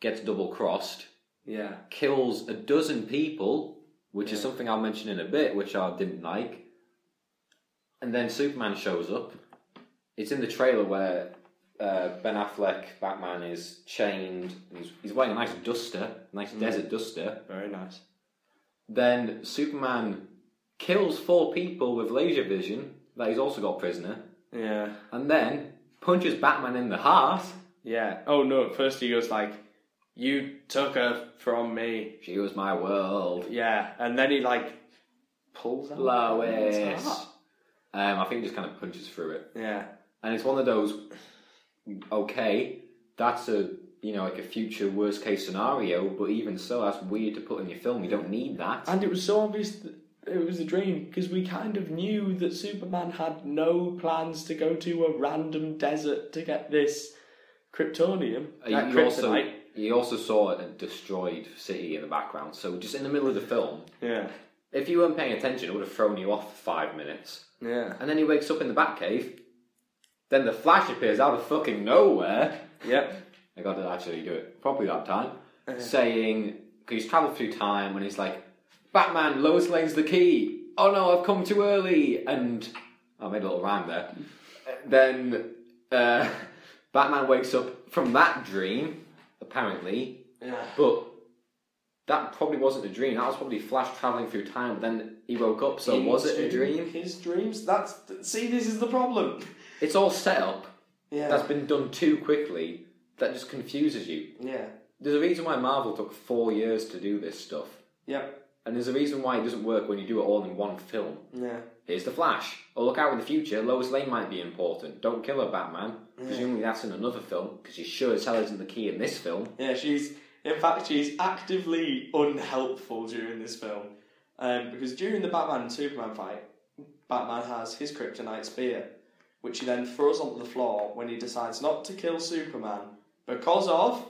A: gets double crossed,
B: yeah.
A: kills a dozen people, which is something I'll mention in a bit, which I didn't like. And then Superman shows up. It's in the trailer where uh, Ben Affleck, Batman, is chained. and He's, he's wearing a nice duster, nice desert duster.
B: Very nice.
A: Then Superman kills four people with laser vision that he's also got prisoner,
B: Yeah.
A: and then punches Batman in the heart.
B: Yeah. Oh no! At first he goes like, You took her from me.
A: She was my world.
B: Yeah. And then he like pulls out
A: Lois.
B: Lois' heart.
A: Um, I think he just kind of punches through it.
B: Yeah.
A: And it's one of those, okay, that's a, you know, like a future worst case scenario, but even so, that's weird to put in your film. You don't need that.
B: And it was so obvious that it was a dream because we kind of knew that Superman had no plans to go to a random desert to get this kryptonium.
A: Uh,
B: that
A: you also,
B: kryptonite.
A: you also saw a destroyed city in the background. So just in the middle of the film,
B: Yeah.
A: if you weren't paying attention, it would have thrown you off for five minutes.
B: Yeah.
A: And then he wakes up in the Batcave. Then the Flash appears out of fucking nowhere.
B: Yep.
A: I got to actually do it properly that time. saying, because he's travelled through time and he's like, Batman, Lois Lane's the key. Oh no, I've come too early. And I made a little rhyme there. Then uh, Batman wakes up from that dream, apparently,
B: Yeah.
A: but that probably wasn't a dream. That was probably Flash travelling through time. Then he woke up, so was it a
B: Into
A: dream?
B: His dreams. That's see. This is the problem.
A: It's all set up.
B: Yeah.
A: That's been done too quickly. That just confuses you.
B: yeah.
A: There's a reason why Marvel took four years to do this stuff.
B: Yep.
A: And there's a reason why it doesn't work when you do it all in one film.
B: Yeah.
A: Here's the Flash. Oh, look out in the future. Lois Lane might be important. Don't kill her, Batman. Presumably that's in another film because she sure as hell isn't the key in this film.
B: Yeah. She's in fact she's actively unhelpful during this film, um, because during the Batman and Superman fight, Batman has his kryptonite spear, which he then throws onto the floor when he decides not to kill Superman because of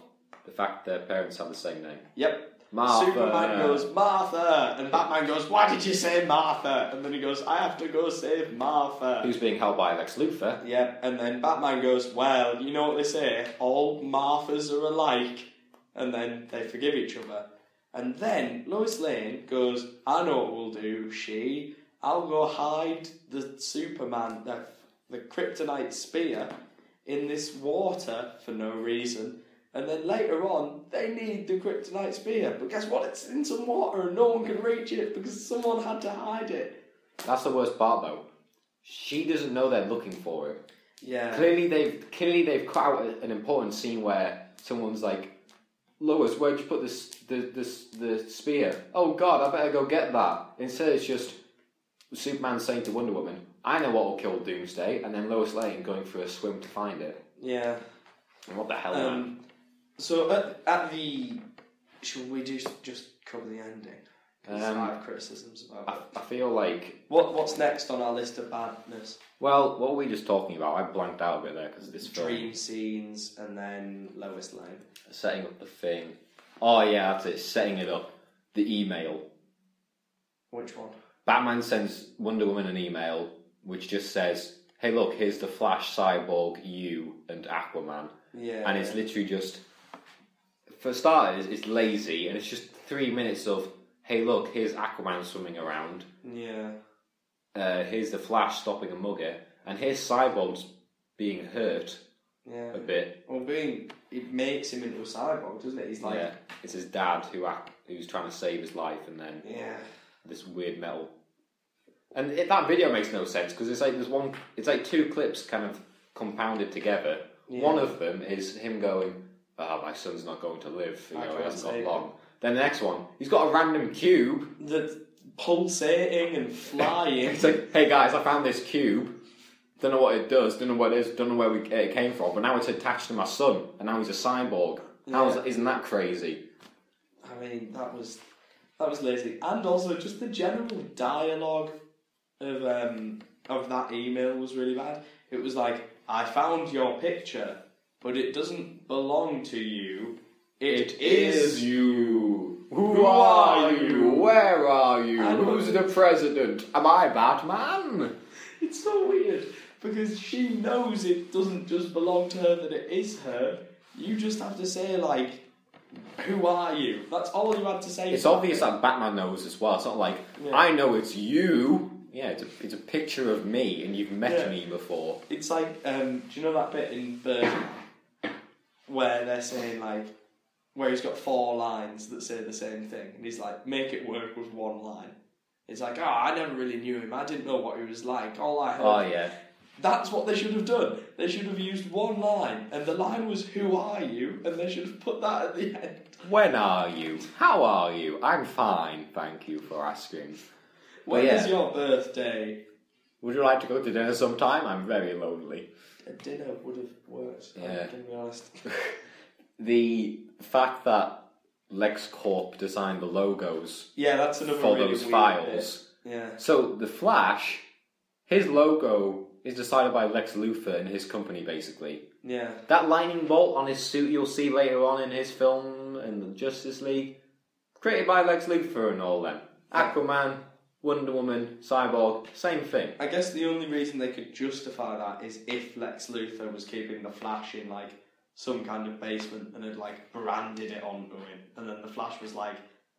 A: The fact their parents have the same name, uh,
B: yep.
A: Martha.
B: Superman goes Martha, and Batman goes, "Why did you say Martha?" And then he goes, "I have to go save Martha."
A: Who's being held by Lex Luthor?
B: Yeah, and then Batman goes, Well, you know what they say, all Marthas are alike, and then they forgive each other. And then Lois Lane goes, I know what we'll do, she. I'll go hide the Superman, the, the kryptonite spear, in this water for no reason. And then later on, they need the kryptonite spear, but guess what? It's in some water and no one can reach it because someone had to hide it.
A: That's the worst part though. She doesn't know they're looking for it.
B: Yeah.
A: Clearly they've clearly they've cut out a- an important scene where someone's like, Lois, where'd you put this the this the spear? Oh God, I better go get that. Instead, it's just Superman saying to Wonder Woman, "I know what will kill Doomsday," and then Lois Lane going for a swim to find it.
B: Yeah.
A: And what the hell, man?
B: Um, so at, at the, should we do just cover the ending? 'Cause
A: Um,
B: I have criticisms about
A: I,
B: it.
A: I feel like
B: What what's next on our list of badness?
A: well, what were we just talking about? I blanked out a bit there because this film
B: Dream scenes and then Lois Lane.
A: setting up the thing. Oh yeah, that's it. Setting it up. The email.
B: Which one?
A: Batman sends Wonder Woman an email which just says, "Hey, look, here's the Flash, Cyborg, you, and Aquaman,"
B: Yeah.
A: and it's literally just, for starters, it's lazy, and it's just three minutes of, "Hey, look, here's Aquaman swimming around,
B: yeah.
A: uh, here's the Flash stopping a mugger, and here's Cyborg's being hurt
B: Yeah.
A: a bit."
B: Well, being it makes him into a cyborg, doesn't it? He's like
A: yeah, it's his dad who ac- who's trying to save his life, and then
B: yeah.
A: this weird metal. And it, that video makes no sense because it's like there's one, it's like two clips kind of compounded together.
B: Yeah.
A: One of them is him going, "Ah, my son's not going to live. You
B: I
A: know, he
B: can't
A: hasn't got
B: save
A: long." Then the next one, he's got a random cube.
B: That's pulsating and flying.
A: It's like, "Hey guys, I found this cube. Don't know what it does. Don't know what it is. Don't know where we, it came from. But now it's attached to my son, and now he's a cyborg. How is,
B: Yeah.
A: isn't that crazy?"
B: I mean, that was that was lazy, and also just the general dialogue of um, of that email was really bad. It was like, "I found your picture, but it doesn't belong to you. it is,
A: you. Who,
B: Who
A: are,
B: are
A: you?
B: you?
A: Where are you?
B: And-
A: Who's the president? Am I Batman?
B: It's so weird because she knows it doesn't just belong to her that it is her. You just have to say like, "Who are you?" That's all you had to say.
A: It's obvious that Batman knows as well. It's not like
B: Yeah.
A: I know it's you. Yeah, it's a, it's a picture of me, and you've met
B: Yeah.
A: me before.
B: It's like, um, do you know that bit in Birdman where they're saying like, where he's got four lines that say the same thing, and he's like, make it work with "Ah, one line. It's like, oh, I never really knew him. I didn't know what he was like. All I heard,
A: Oh yeah,
B: That's what they should have done. They should have used one line, and the line was "Who are you?" and they should have put that at the end.
A: When are you? How are you? I'm fine, thank you for asking.
B: When is
A: yeah.
B: your birthday?
A: Would you like to go to dinner sometime? I'm very lonely.
B: A dinner would have worked.
A: Yeah.
B: I'm gonna be honest.
A: The fact that LexCorp designed the logos
B: Yeah, that's another
A: for
B: really
A: those
B: weird
A: files.
B: bit. Yeah.
A: So the Flash, his logo is decided by Lex Luthor and his company, basically.
B: Yeah.
A: That lightning bolt on his suit you'll see later on in his film in the Justice League, created by Lex Luthor and all them. Aquaman, Wonder Woman, Cyborg, same thing.
B: I guess the only reason they could justify that is if Lex Luthor was keeping the Flash in like some kind of basement and had like branded it onto him, and then the Flash was like,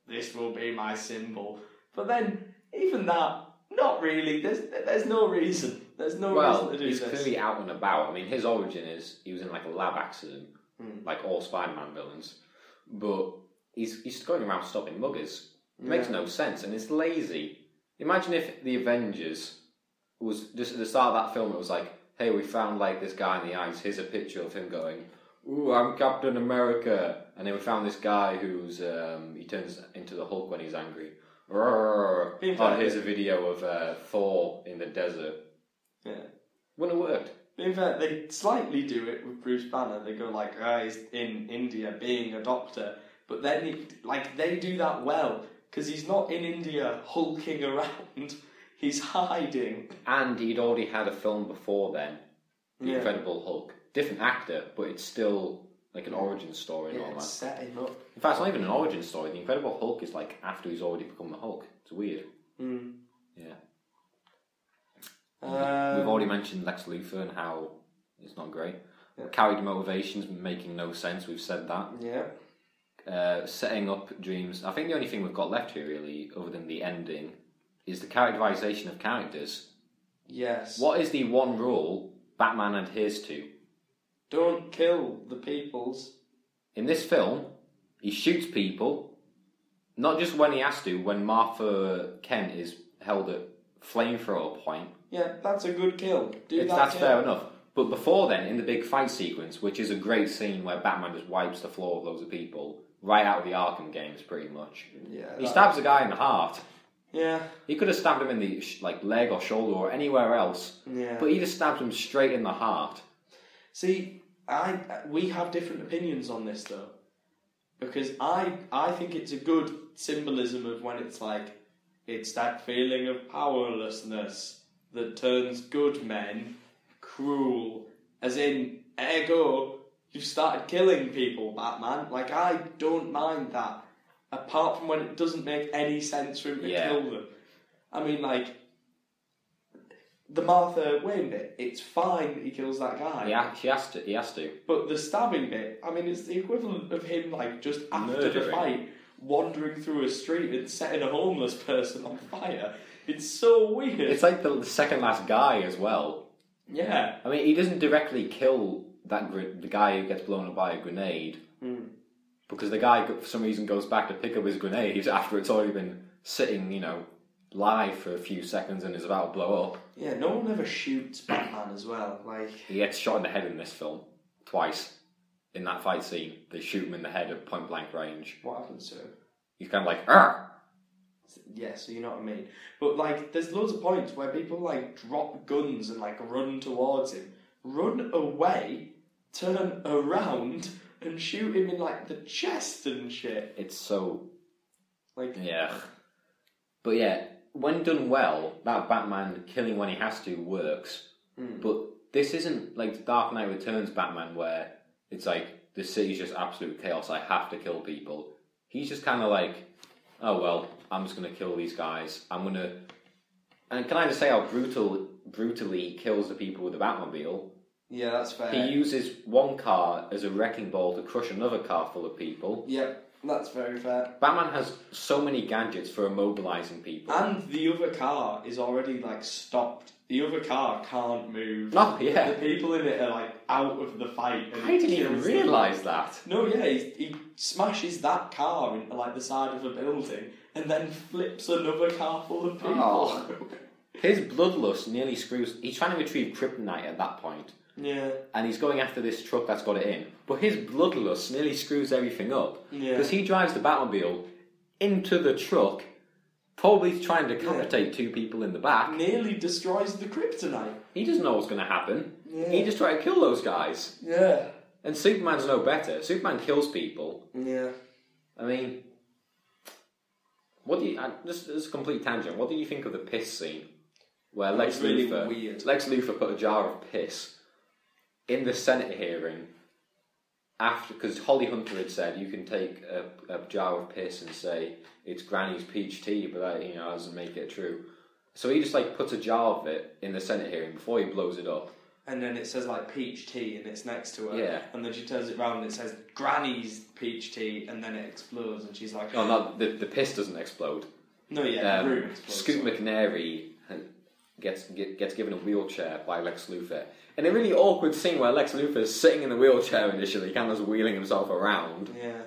B: "This will be my symbol." But then, even that, not really. There's there's no reason. There's no
A: well,
B: reason to do
A: he's
B: this.
A: clearly out and about. I mean, his origin is he was in like a lab accident,
B: Hmm.
A: like all Spider-Man villains, but he's he's going around stopping muggers. It makes
B: Yeah.
A: no sense, and it's lazy. Imagine if the Avengers was just at the start of that film. It was like, hey, we found like this guy in the ice. Here's a picture of him going, "Ooh, I'm Captain America," and then we found this guy who's um, he turns into the Hulk when he's angry. Roar.
B: Being
A: Oh,
B: fair-
A: here's a video of uh, Thor in the desert.
B: Yeah.
A: Wouldn't have worked.
B: In fact, they slightly do it with Bruce Banner. They go like, "Ah, he's in India being a doctor," but then he, like they do that well because he's not in India hulking around. He's hiding.
A: And he'd already had a film before then, The
B: Yeah.
A: Incredible Hulk. Different actor, but it's still like an origin story and
B: Yeah,
A: all
B: it's
A: that.
B: set him up.
A: In fact, it's not even an origin story. The Incredible Hulk is like after he's already become the Hulk. It's weird.
B: Mm.
A: Yeah.
B: Um,
A: We've already mentioned Lex Luthor and how it's not great.
B: Yeah.
A: Carried motivations making no sense. We've said that.
B: Yeah.
A: Uh, setting up dreams. I think the only thing we've got left here, really, other than the ending, is the characterization of characters.
B: Yes.
A: What is the one rule Batman adheres to?
B: Don't kill the peoples.
A: In this film, he shoots people, not just when he has to, when Martha Kent is held at flamethrower point.
B: Yeah, that's a good kill. Do
A: It's,
B: that.
A: that's
B: kill.
A: fair enough. But before then, in the big fight sequence, which is a great scene where Batman just wipes the floor of loads of people, right out of the Arkham games, pretty much.
B: Yeah.
A: He
B: that-
A: stabs a guy in the heart.
B: Yeah.
A: He could have stabbed him in the sh- like leg or shoulder or anywhere else,
B: Yeah.
A: but he just stabs him straight in the heart.
B: See, I we have different opinions on this though, because I I think it's a good symbolism of when it's like it's that feeling of powerlessness that turns good men cruel, as in ergo you've started killing people, Batman. Like I don't mind that, apart from when it doesn't make any sense for him to
A: Yeah.
B: kill them. I mean, like. The Martha Wayne bit, it's fine that he kills that guy.
A: Yeah, he has to. He has to.
B: But the stabbing bit, I mean, it's the equivalent of him like just after the
A: Murdering.
B: fight wandering through a street and setting a homeless person on fire. It's so weird.
A: It's like the, the second last guy as well.
B: yeah,
A: I mean, he doesn't directly kill that gr- the guy who gets blown up by a grenade
B: Hmm.
A: because the guy go- for some reason goes back to pick up his grenade after it's already been sitting, you know, live for a few seconds and is about to blow up.
B: yeah. No one ever shoots Batman as well. Like,
A: He gets shot in the head in this film twice in that fight scene. They shoot him in the head at point blank range.
B: what happens to him?
A: He's kind of like, Argh!
B: Yeah, so you know what I mean. But like, there's loads of points where people like drop guns and like run towards him, run away, turn around, and shoot him in like the chest and shit.
A: it's so
B: Like,
A: yeah. But yeah, when done well, that Batman killing when he has to works.
B: hmm.
A: But this isn't like the Dark Knight Returns Batman where it's like the city's just absolute chaos, I have to kill people. He's just kinda like, Oh well, I'm just gonna kill these guys. I'm gonna and can I just say how brutal brutally he kills the people with the Batmobile?
B: yeah, that's fair.
A: He uses one car as a wrecking ball to crush another car full of people.
B: Yep, that's very fair.
A: Batman has so many gadgets for immobilizing people.
B: And the other car is already like stopped. The other car can't move.
A: Oh yeah.
B: The people in it are like out of the fight. And
A: I didn't even
B: kills them.
A: realise that.
B: No, yeah, he, he smashes that car into like the side of a building and then flips another car full of people.
A: Oh. His bloodlust nearly screws. He's trying to retrieve kryptonite at that point,
B: Yeah.
A: and he's going after this truck that's got it in. But his bloodlust nearly screws everything up
B: Yeah.
A: because he drives the Batmobile into the truck, probably trying to decapitate two people in the back.
B: nearly destroys the kryptonite.
A: He doesn't know what's going to happen.
B: Yeah.
A: He just tried to kill those guys.
B: Yeah.
A: And Superman's no better. Superman kills people.
B: Yeah.
A: I mean, what do you? I, this, this is a complete tangent. What do you think of the piss scene where Lex
B: was really
A: Luthor
B: weird.
A: Lex Luthor put a jar of piss in the Senate hearing after because Holly Hunter had said you can take a, a jar of piss and say it's Granny's peach tea, but that you know doesn't make it true. So he just like puts a jar of it in the Senate hearing before he blows it up.
B: And then it says like peach tea, and it's next to her.
A: Yeah.
B: And then she turns it round, and it says Granny's peach tea, and then it explodes, and she's like,
A: No, not the, the piss doesn't explode.
B: no, yeah, the room
A: um,
B: explodes.
A: Scoot McNairy gets get, gets given a wheelchair by Lex Luthor, and a really awkward scene where Lex Luthor is sitting in the wheelchair initially, kind of just wheeling himself around,
B: Yeah.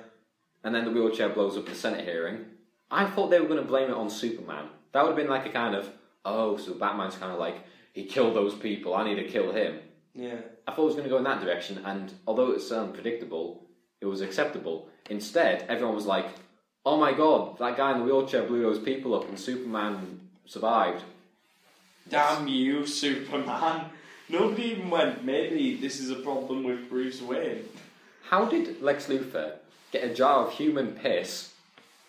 A: and then the wheelchair blows up the Senate hearing. I thought they were going to blame it on Superman. That would have been like a kind of oh, so Batman's kind of like he killed those people. I need to kill him.
B: Yeah.
A: I thought it was going to go in that direction, and although it's unpredictable, it was acceptable. Instead, everyone was like, "Oh my god, that guy in the wheelchair blew those people up, and Superman survived."
B: Damn you, Superman. Nobody even went, maybe this is a problem with Bruce Wayne.
A: How did Lex Luthor get a jar of human piss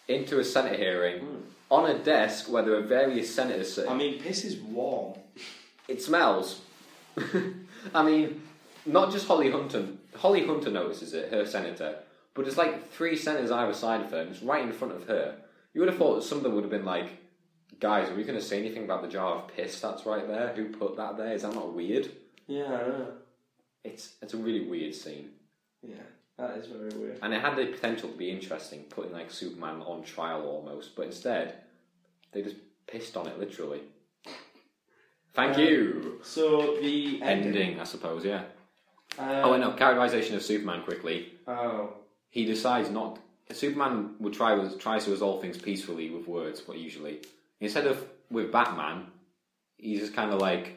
A: into a Senate hearing on a desk where there are various senators sitting?
B: I mean, piss is warm.
A: it smells. I mean, not just Holly Hunter. Holly Hunter notices it, her senator, but it's like three senators either side of her, and it's right in front of her. You would have thought something would have been like, guys, are we going to say anything about the jar of piss that's right there? Who put that there? Is that not weird?
B: Yeah, I know.
A: It's it's a really weird scene,
B: Yeah, that is very weird.
A: and it had the potential to be interesting, putting like Superman on trial almost, but instead, they just pissed on it literally. Thank
B: Uh,
A: you.
B: So, the ending.
A: Ending, I suppose. Yeah.
B: Uh,
A: Oh, I know. Characterization of Superman quickly.
B: Oh.
A: He decides not. Superman would try tries to resolve things peacefully with words, but usually instead of with Batman, he's just kind of like,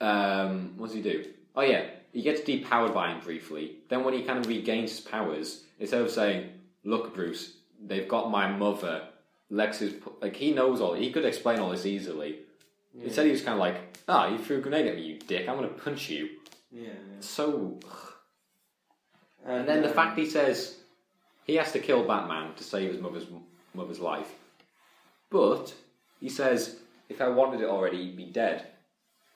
A: um, what does he do? Oh yeah, he gets depowered by him briefly. Then when he kind of regains his powers, instead of saying, "Look, Bruce, they've got my mother," Lex is pu- like he knows all. He could explain all this easily. Instead, he was kind of like, "Ah, you threw a grenade at me, you dick! I'm gonna punch you."
B: Yeah. um,
A: So and then the fact he says he has to kill Batman to save his mother's mother's life, but he says if I wanted it already, he'd be dead.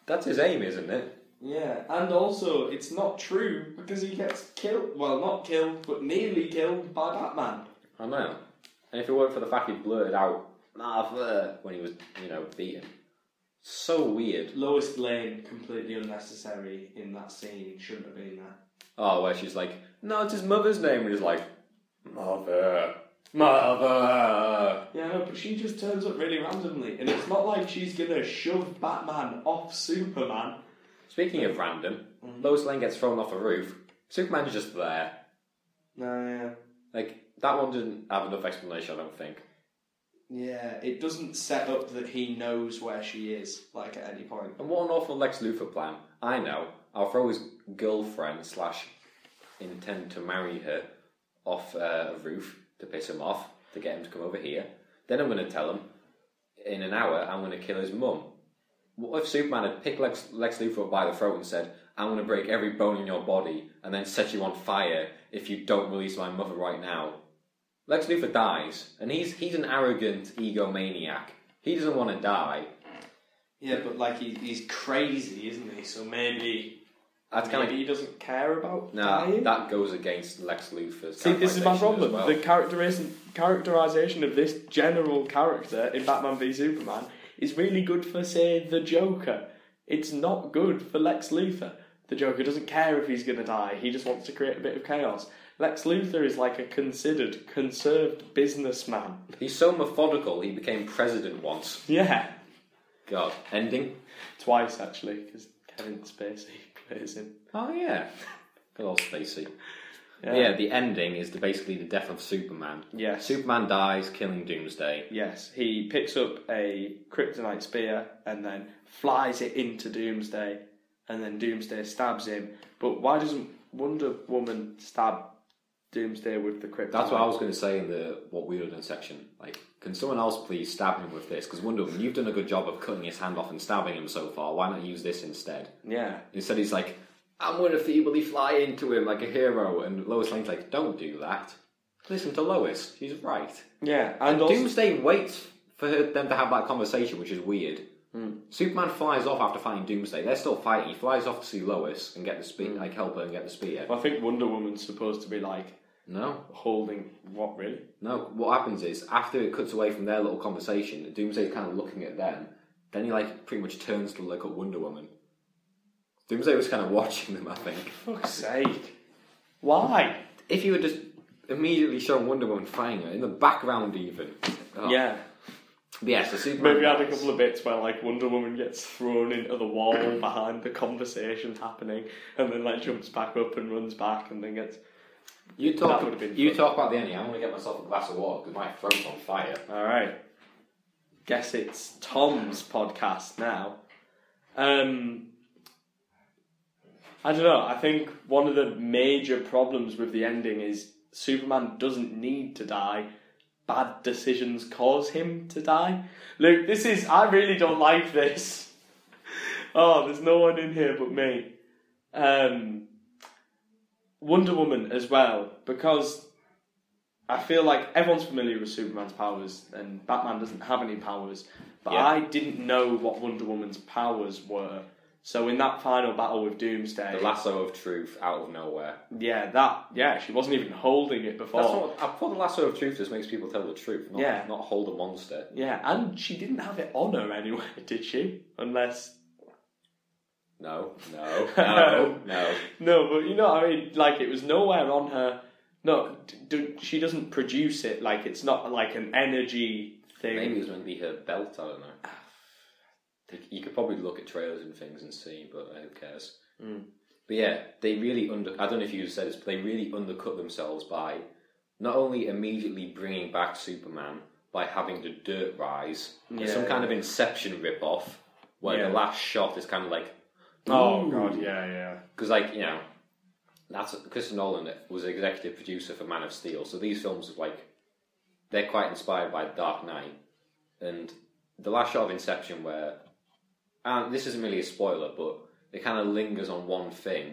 A: That's his aim, isn't it?
B: Yeah, and also it's not true because he gets killed. Well, not killed, but nearly killed by Batman.
A: I know. And if it weren't for the fact he blurted out "Martha" when he was, you know, beaten, so weird.
B: Lois Lane completely unnecessary in that scene. Shouldn't have been there.
A: Oh, where she's like, "No, it's his mother's name," and he's like, "Mother, mother."
B: Yeah, no, but she just turns up really randomly, and it's not like she's gonna shove Batman off Superman.
A: Speaking of random, Lois Lane gets thrown off a roof. Superman's just there.
B: No, yeah,
A: Like that one didn't have enough explanation, I don't think.
B: yeah. It doesn't set up that he knows where she is, like at any point.
A: And what an awful Lex Luthor plan! I know. I'll throw his girlfriend slash intend to marry her off uh, a roof to piss him off to get him to come over here. Then I'm going to tell him in an hour I'm going to kill his mum. What if Superman had picked Lex, Lex Luthor up by the throat and said, "I'm going to break every bone in your body and then set you on fire if you don't release my mother right now"? Lex Luthor dies, and he's he's an arrogant egomaniac. He doesn't want to die.
B: Yeah, but like he, he's crazy, isn't he? So maybe
A: That's kind of
B: maybe he doesn't care about
A: No,
B: dying.
A: that goes against Lex Luthor's.
B: See, this is my
A: characterisation
B: problem.
A: as well.
B: The characterization, characterization of this general character in Batman v Superman is really good for, say, the Joker. It's not good for Lex Luthor. The Joker doesn't care if he's going to die, he just wants to create a bit of chaos. Lex Luthor is like a considered, conserved businessman.
A: He's so methodical. He became president once.
B: Yeah,
A: God, ending.
B: twice actually, because Kevin Spacey plays him.
A: Oh yeah, good old Spacey. Yeah. the ending is the, basically the death of Superman.
B: Yes.
A: Superman dies, killing Doomsday.
B: Yes, he picks up a kryptonite spear and then flies it into Doomsday, and then Doomsday stabs him. But why doesn't Wonder Woman stab Doomsday with the kryptonite?
A: That's what I was going to say in the what we were doing section. Like, can someone else please stab him with this? Because Wonder Woman, you've done a good job of cutting his hand off and stabbing him so far. Why not use this instead?
B: Yeah,
A: Instead, he's like, "I'm going to feebly fly into him like a hero," and Lois Lane's like, "Don't do that. Listen to Lois. She's right."
B: yeah, and also,
A: Doomsday waits for her, them to have that conversation, which is weird. Superman flies off after fighting Doomsday. They're still fighting. He flies off to see Lois and get the spear, like help her and get the spear.
B: I think Wonder Woman's supposed to be like
A: No,
B: holding what really?
A: no. What happens is after it cuts away from their little conversation, Doomsday's kind of looking at them. Then he like pretty much turns to look at Wonder Woman. Doomsday was kind of watching them, I think.
B: Fuck's sake! Why?
A: If you were just immediately shown Wonder Woman fighting her in the background, even. Oh.
B: Yeah,
A: But yeah. So Superman.
B: maybe add a couple of bits where like Wonder Woman gets thrown into the wall behind the conversation happening, and then like jumps back up and runs back, and then gets
A: You
B: That would've been
A: talk. You
B: fun.
A: talk about the ending. I'm gonna get myself a glass of water because my throat's on fire.
B: All right. Guess it's Tom's podcast now. Um, I don't know. I think one of the major problems with the ending is Superman doesn't need to die. Bad decisions cause him to die. Luke, this is. I really don't like this. Oh, there's no one in here but me. Um, Wonder Woman as well, because I feel like everyone's familiar with Superman's powers, and Batman doesn't have any powers. But
A: Yeah.
B: I didn't know what Wonder Woman's powers were. So in that final battle with Doomsday,
A: The lasso of truth out of nowhere.
B: yeah, that yeah, she wasn't even holding it before.
A: That's not. I thought the lasso of truth just makes people tell the truth. Not,
B: Yeah.
A: Not hold a monster.
B: yeah, and she didn't have it on her anywhere, did she? Unless
A: No. No. No. no.
B: no, but you know, what I mean, like it was nowhere on her. No, d- d- she doesn't produce it. Like it's not like an energy thing.
A: Maybe it was meant to be her belt. I don't know.
B: Ah,
A: You- You could probably look at trailers and things and see, but uh, who cares?
B: Hmm.
A: But yeah, they really under. I don't know if you said this, but they really undercut themselves by not only immediately bringing back Superman by having the dirt rise,
B: Yeah.
A: it's some kind of Inception rip off where
B: Yeah.
A: the last shot is kind of like,
B: Oh god, yeah, yeah.
A: because like you know, that's Chris Nolan was executive producer for Man of Steel, so these films are like they're quite inspired by Dark Knight, and the last shot of Inception where, and this isn't really a spoiler, but it kind of lingers on one thing.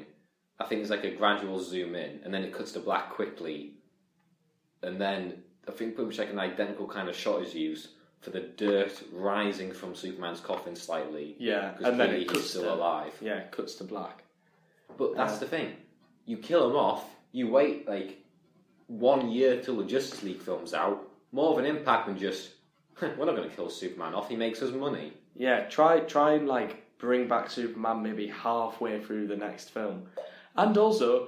A: I think it's like a gradual zoom in, and then it cuts to black quickly, and then I think pretty much like an identical kind of shot is used for the dirt rising from Superman's coffin slightly.
B: Yeah,
A: because
B: and then
A: clearly
B: it
A: he's
B: cuts
A: still
B: to,
A: alive.
B: Yeah, it cuts to black.
A: But that's the thing. You kill them off, you wait like one year till the Justice League film's out. More of an impact than just, "Huh, we're not going to kill Superman off, he makes us money.
B: Yeah, try try and like bring back Superman maybe halfway through the next film, and also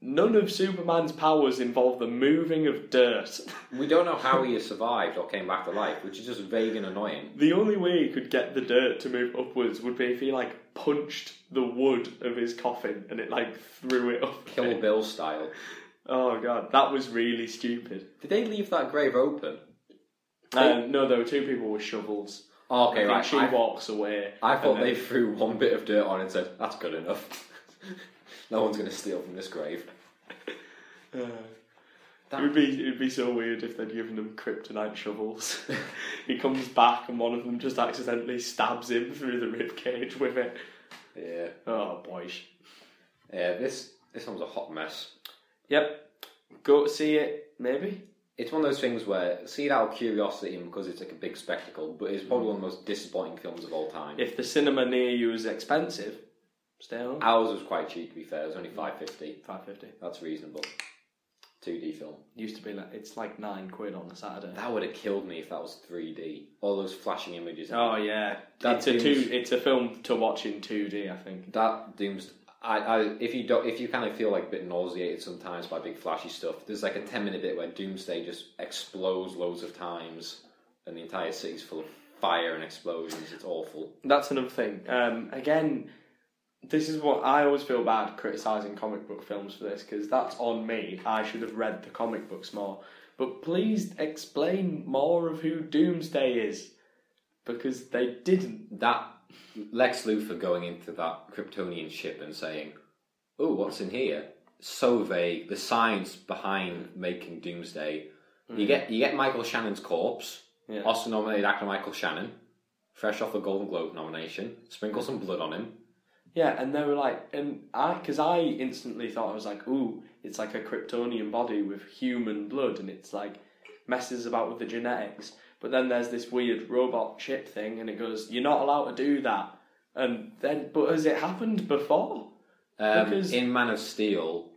B: none of Superman's powers involve the moving of dirt.
A: We don't know how he has survived or came back to life, which is just vague and annoying.
B: the only way he could get the dirt to move upwards would be if he like punched the wood of his coffin and it like threw it up.
A: Kill Bill style.
B: Oh god, that was really stupid.
A: Did they leave that grave open?
B: Um, no, there were two people with shovels.
A: Oh,
B: I
A: okay,
B: think
A: right.
B: she
A: I,
B: walks away.
A: I
B: and
A: thought
B: then-
A: they threw one bit of dirt on and said, that's good enough. no one's going to steal from this grave.
B: It would be it would be so weird if they'd given him kryptonite shovels. he comes back and one of them just accidentally stabs him through the ribcage with it.
A: Yeah.
B: Oh boy.
A: Yeah, this, this one's a hot mess.
B: Yep. Go see it, maybe?
A: it's one of those things where see it out of curiosity and because it's like a big spectacle, but it's probably one of the most disappointing films of all time.
B: If the cinema near you is expensive, stay home.
A: Ours was quite cheap to be fair. It was only five fifty.
B: Five fifty.
A: That's reasonable. Two D film.
B: Used to be like it's like nine quid on a Saturday.
A: That would have killed me if that was three D. All those flashing images.
B: Oh yeah.
A: That
B: it's a
A: seems-
B: two it's a film to watch in two D, I think.
A: That dooms. I, I if you don't if you kind of feel like a bit nauseated sometimes by big flashy stuff. There's like a ten minute bit where Doomsday just explodes loads of times, and the entire city's full of fire and explosions. It's awful.
B: That's another thing. Um, again, this is what I always feel bad criticizing comic book films for this because that's on me. I should have read the comic books more. But please explain more of who Doomsday is because they didn't.
A: That Lex Luthor going into that Kryptonian ship and saying, "Oh, what's in here?" So vague. The science behind making Doomsday. You get you get Michael Shannon's corpse.
B: Hmm. Yeah.
A: Also nominated actor Michael Shannon, fresh off a Golden Globe nomination. Sprinkle some blood on him.
B: Yeah, and they were like, and I, because I instantly thought I was like, ooh, it's like a Kryptonian body with human blood, and it's like messes about with the genetics. But then there's this weird robot chip thing, and it goes, you're not allowed to do that. And then, but has it happened before?
A: Um,
B: Because-
A: in Man of Steel,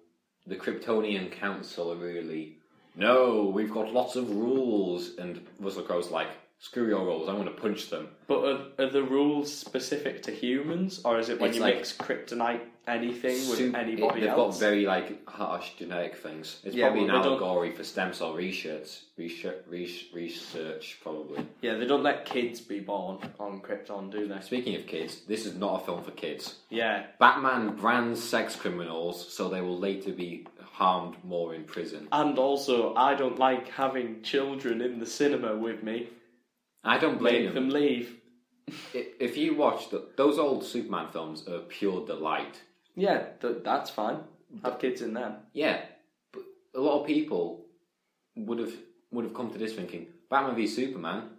A: the Kryptonian Council are really, no, we've got lots of rules, and Russell Crowe's like, screw your rules, I'm going to punch them.
B: But are, are the rules specific to humans, or is it when
A: It's
B: you
A: like-
B: mix kryptonite anything with
A: Sup-
B: anybody
A: they've
B: else?
A: got very like harsh genetic things. It's
B: Yeah,
A: probably
B: well,
A: an
B: they don't-
A: allegory for stem cell research, research, research, research, probably.
B: Yeah, they don't let kids be born on Krypton, do they?
A: Speaking of kids, this is not a film for kids.
B: Yeah,
A: Batman brands sex criminals so they will later be harmed more in prison.
B: and also I don't like having children in the cinema with me.
A: I don't blame
B: Make
A: them.
B: them leave.
A: I- If you watch the, those old Superman films, are pure delight.
B: Yeah, th- that's fine. Have kids in them.
A: Yeah, but a lot of people would have would have come to this thinking Batman v Superman.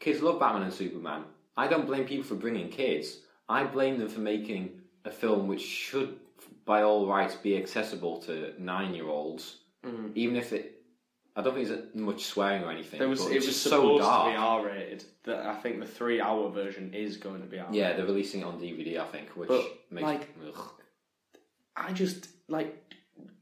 A: Kids love Batman and Superman. I don't blame people for bringing kids. I blame them for making a film which should, by all rights, be accessible to nine year olds. Even if it, I don't think there's much swearing or anything.
B: Mm. There was
A: but
B: it
A: it's
B: was
A: just so
B: supposed to be
A: dark.
B: R rated. That I think the three hour version is going to be R.
A: Yeah, they're releasing it on DVD, I think, which
B: But,
A: makes
B: like-
A: ugh.
B: I just like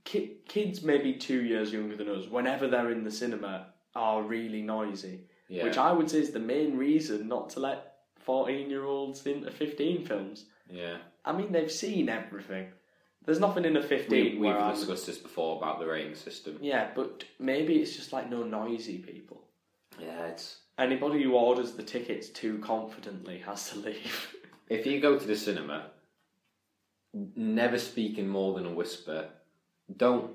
B: ki- kids maybe two years younger than us. Whenever they're in the cinema, are really noisy,
A: yeah,
B: which I would say is the main reason not to let fourteen year olds into fifteen films.
A: yeah.
B: I mean, they've seen everything. There's nothing in a
A: We,
B: fifteen.
A: we've
B: where I'm-
A: discussed this before about the rating system.
B: yeah, but maybe it's just like no noisy people.
A: Yeah, it's
B: Anybody who orders the tickets too confidently has to leave.
A: If you go to the cinema, never speak in more than a whisper. Don't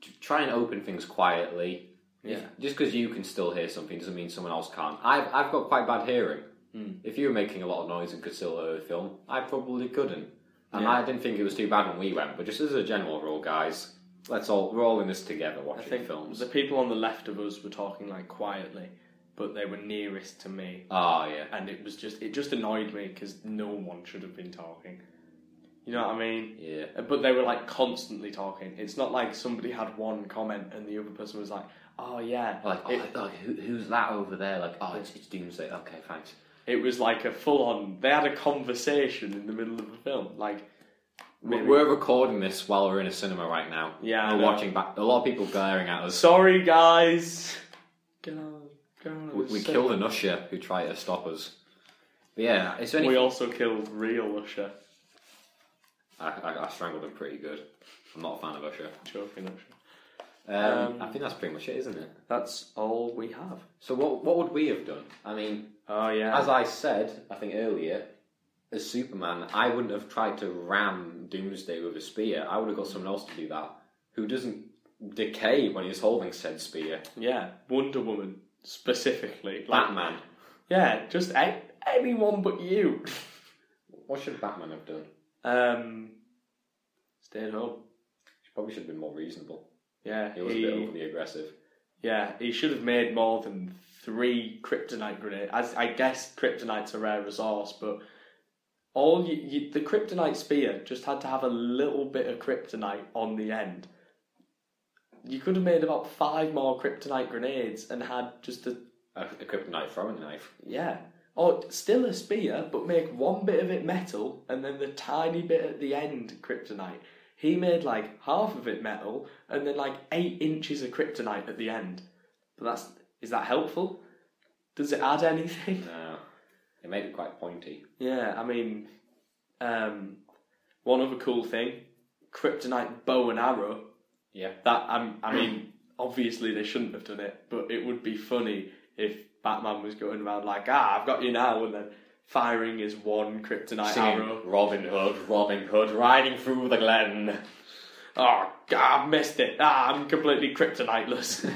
A: t- try and open things quietly.
B: Yeah.
A: Just because you can still hear something doesn't mean someone else can't. I've I've got quite bad hearing.
B: Hmm.
A: If you were making a lot of noise and could still hear the film, I probably couldn't. And
B: Yeah.
A: I didn't think it was too bad when we went. But just as a general rule, guys, let's all we're all in this together
B: I
A: watching
B: think
A: films.
B: the people on the left of us were talking like quietly, but they were nearest to me,
A: Ah, yeah.
B: and it was just it just annoyed me because no one should have been talking. You know what I mean?
A: Yeah.
B: Uh, But they were like constantly talking. It's not like somebody had one comment and the other person was like, "Oh yeah."
A: Like, oh,
B: it,
A: oh, who, who's that over there? Like, oh, it's, it's Doomsday. Okay, thanks.
B: it was like a full on. They had a conversation in the middle of a film. Like, maybe-
A: We're recording this while we're in a cinema right now.
B: Yeah, I
A: we're
B: know.
A: watching back. A lot of people glaring at us.
B: sorry guys. Get out. Get out of
A: We,
B: the
A: we
B: cinema.
A: killed an usher who tried to stop us. But yeah, it's only.
B: We also killed real Usher.
A: I, I, I strangled him pretty good. I'm not a fan of usher.
B: Joking, Usher.
A: Um, I think that's pretty much it, isn't it?
B: That's all we have.
A: So what what would we have done? I mean,
B: Oh yeah.
A: as I said, I think earlier, as Superman, I wouldn't have tried to ram Doomsday with a spear. I would have got someone else to do that who doesn't decay when he's holding said spear.
B: yeah, Wonder Woman specifically. Like,
A: Batman.
B: yeah, just a- anyone but you.
A: What should Batman have done?
B: um, stay at home.
A: Probably should have been more reasonable.
B: Yeah,
A: He was a bit
B: he,
A: overly aggressive.
B: yeah, he should have made more than three kryptonite grenades. As I guess kryptonite's a rare resource, but all you, you, the kryptonite spear just had to have a little bit of kryptonite on the end. You could have made about five more kryptonite grenades and had just a
A: A, a kryptonite throwing knife.
B: Yeah. Or still a spear, but make one bit of it metal and then the tiny bit at the end kryptonite. He made like half of it metal and then like eight inches of kryptonite at the end. But that's is that helpful? Does it add anything?
A: No. It made it quite pointy.
B: yeah, I mean, um, one other cool thing, kryptonite bow and arrow.
A: Yeah.
B: That i I mean, obviously they shouldn't have done it, but it would be funny if Batman was going around like, ah, I've got you now, and then firing his one kryptonite
A: Singing
B: arrow.
A: Robin Hood, Robin Hood, riding through the glen.
B: Oh, God, I missed it. Ah, I'm completely kryptoniteless.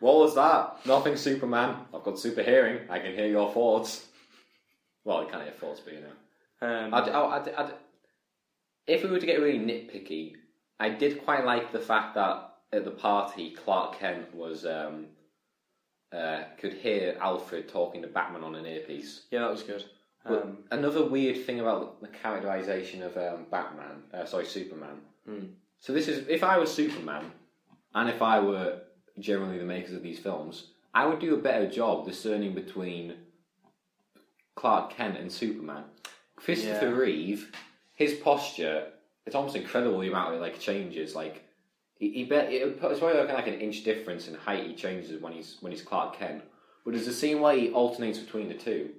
A: what was that? Nothing, Superman. I've got super hearing. I can hear your thoughts. Well, you can't hear thoughts, but you know.
B: Um,
A: I'd, oh, I'd, I'd, if we were to get really nitpicky, I did quite like the fact that at the party Clark Kent was um, uh, could hear Alfred talking to Batman on an earpiece.
B: yeah, that was good.
A: But
B: Um,
A: another weird thing about the characterization of um, Batman, uh, sorry, Superman.
B: Hmm.
A: So this is if I was Superman, and if I were generally the makers of these films, I would do a better job discerning between Clark Kent and Superman. Christopher
B: Yeah.
A: Reeve, his posture—it's almost incredible the amount of like changes. Like he, he bet it, it's probably like, like an inch difference in height he changes when he's when he's Clark Kent. But there's a scene where he alternates between the two,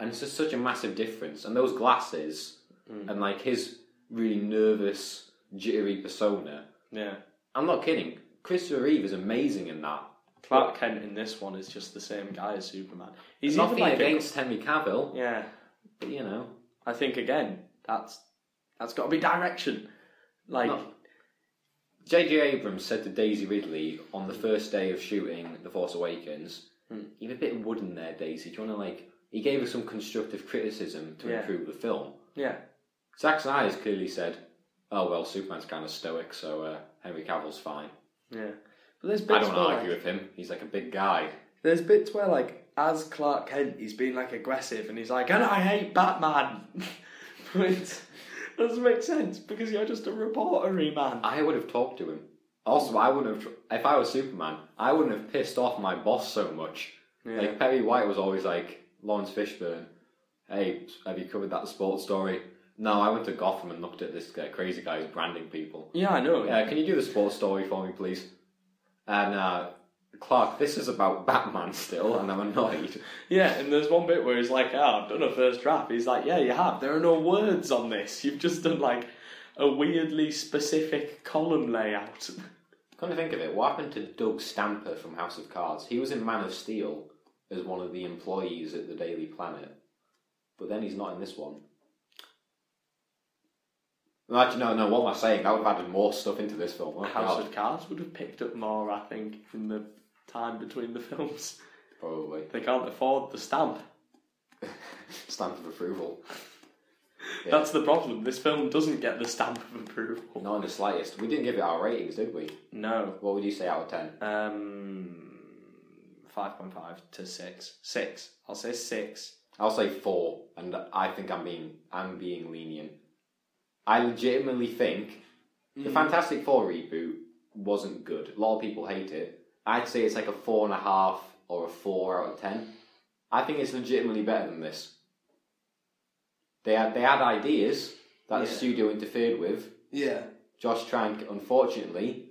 A: and it's just such a massive difference. And those glasses,
B: Hmm.
A: and like his really nervous, jittery persona.
B: yeah.
A: I'm not kidding. Christopher Reeve is amazing in that.
B: Clark Kent in this one is just the same guy as Superman. He's even
A: Nothing
B: like a-
A: against Henry Cavill,
B: yeah.
A: but you know,
B: I think again, that's that's got to be direction. Like,
A: Not- J.J. Abrams said to Daisy Ridley on the first day of shooting The Force Awakens,
B: Hmm.
A: "You're a bit wooden there, Daisy. Do you want to like?" He gave her some constructive criticism to
B: Yeah.
A: improve the film.
B: yeah,
A: Zack Snyder's clearly said, "Oh well, Superman's kind of stoic, so uh, Henry Cavill's fine."
B: yeah. But there's bits
A: I don't
B: where,
A: want to argue
B: like,
A: with him. He's like a big guy.
B: there's bits where like as Clark Kent, he's being like aggressive, and he's like, "And I hate Batman." Which doesn't make sense because you're just a reportery man.
A: I would have talked to him. Also, I wouldn't have, tr- if I was Superman, I wouldn't have pissed off my boss so much.
B: Yeah.
A: Like, Perry White was always like, Lawrence Fishburne, hey, have you covered that sports story? No, I went to Gotham and looked at this uh, crazy guy who's branding people.
B: Yeah, I know.
A: Yeah, can you do the sports story for me, please? And, uh, Clark, this is about Batman still, and I'm annoyed.
B: Yeah, and there's one bit where he's like, oh, I've done a first draft. He's like, yeah, you have. There are no words on this. You've just done like a weirdly specific column layout.
A: Come to think of it, what happened to Doug Stamper from House of Cards? He was in Man of Steel as one of the employees at the Daily Planet, but then he's not in this one. No, actually, no, no. What am I saying? That would have added more stuff into this film. Oh,
B: House
A: God,
B: of Cards would have picked up more, I think, in the time between the films.
A: probably
B: They can't afford the stamp.
A: stamp of approval. Yeah.
B: That's the problem. This film doesn't get the stamp of approval.
A: Not in the slightest. We didn't give it our ratings, did we?
B: No.
A: What would you say out of ten?
B: Um, 5.5 to 6. 6. I'll say 6.
A: I'll say four, and I think I'm being I'm being lenient. I legitimately think
B: Mm.
A: the Fantastic Four reboot wasn't good. A lot of people hate it. I'd say it's like a four and a half or a four out of ten. I think it's legitimately better than this. They had they had ideas that the
B: Yeah.
A: studio interfered with.
B: Yeah.
A: Josh Trank, unfortunately,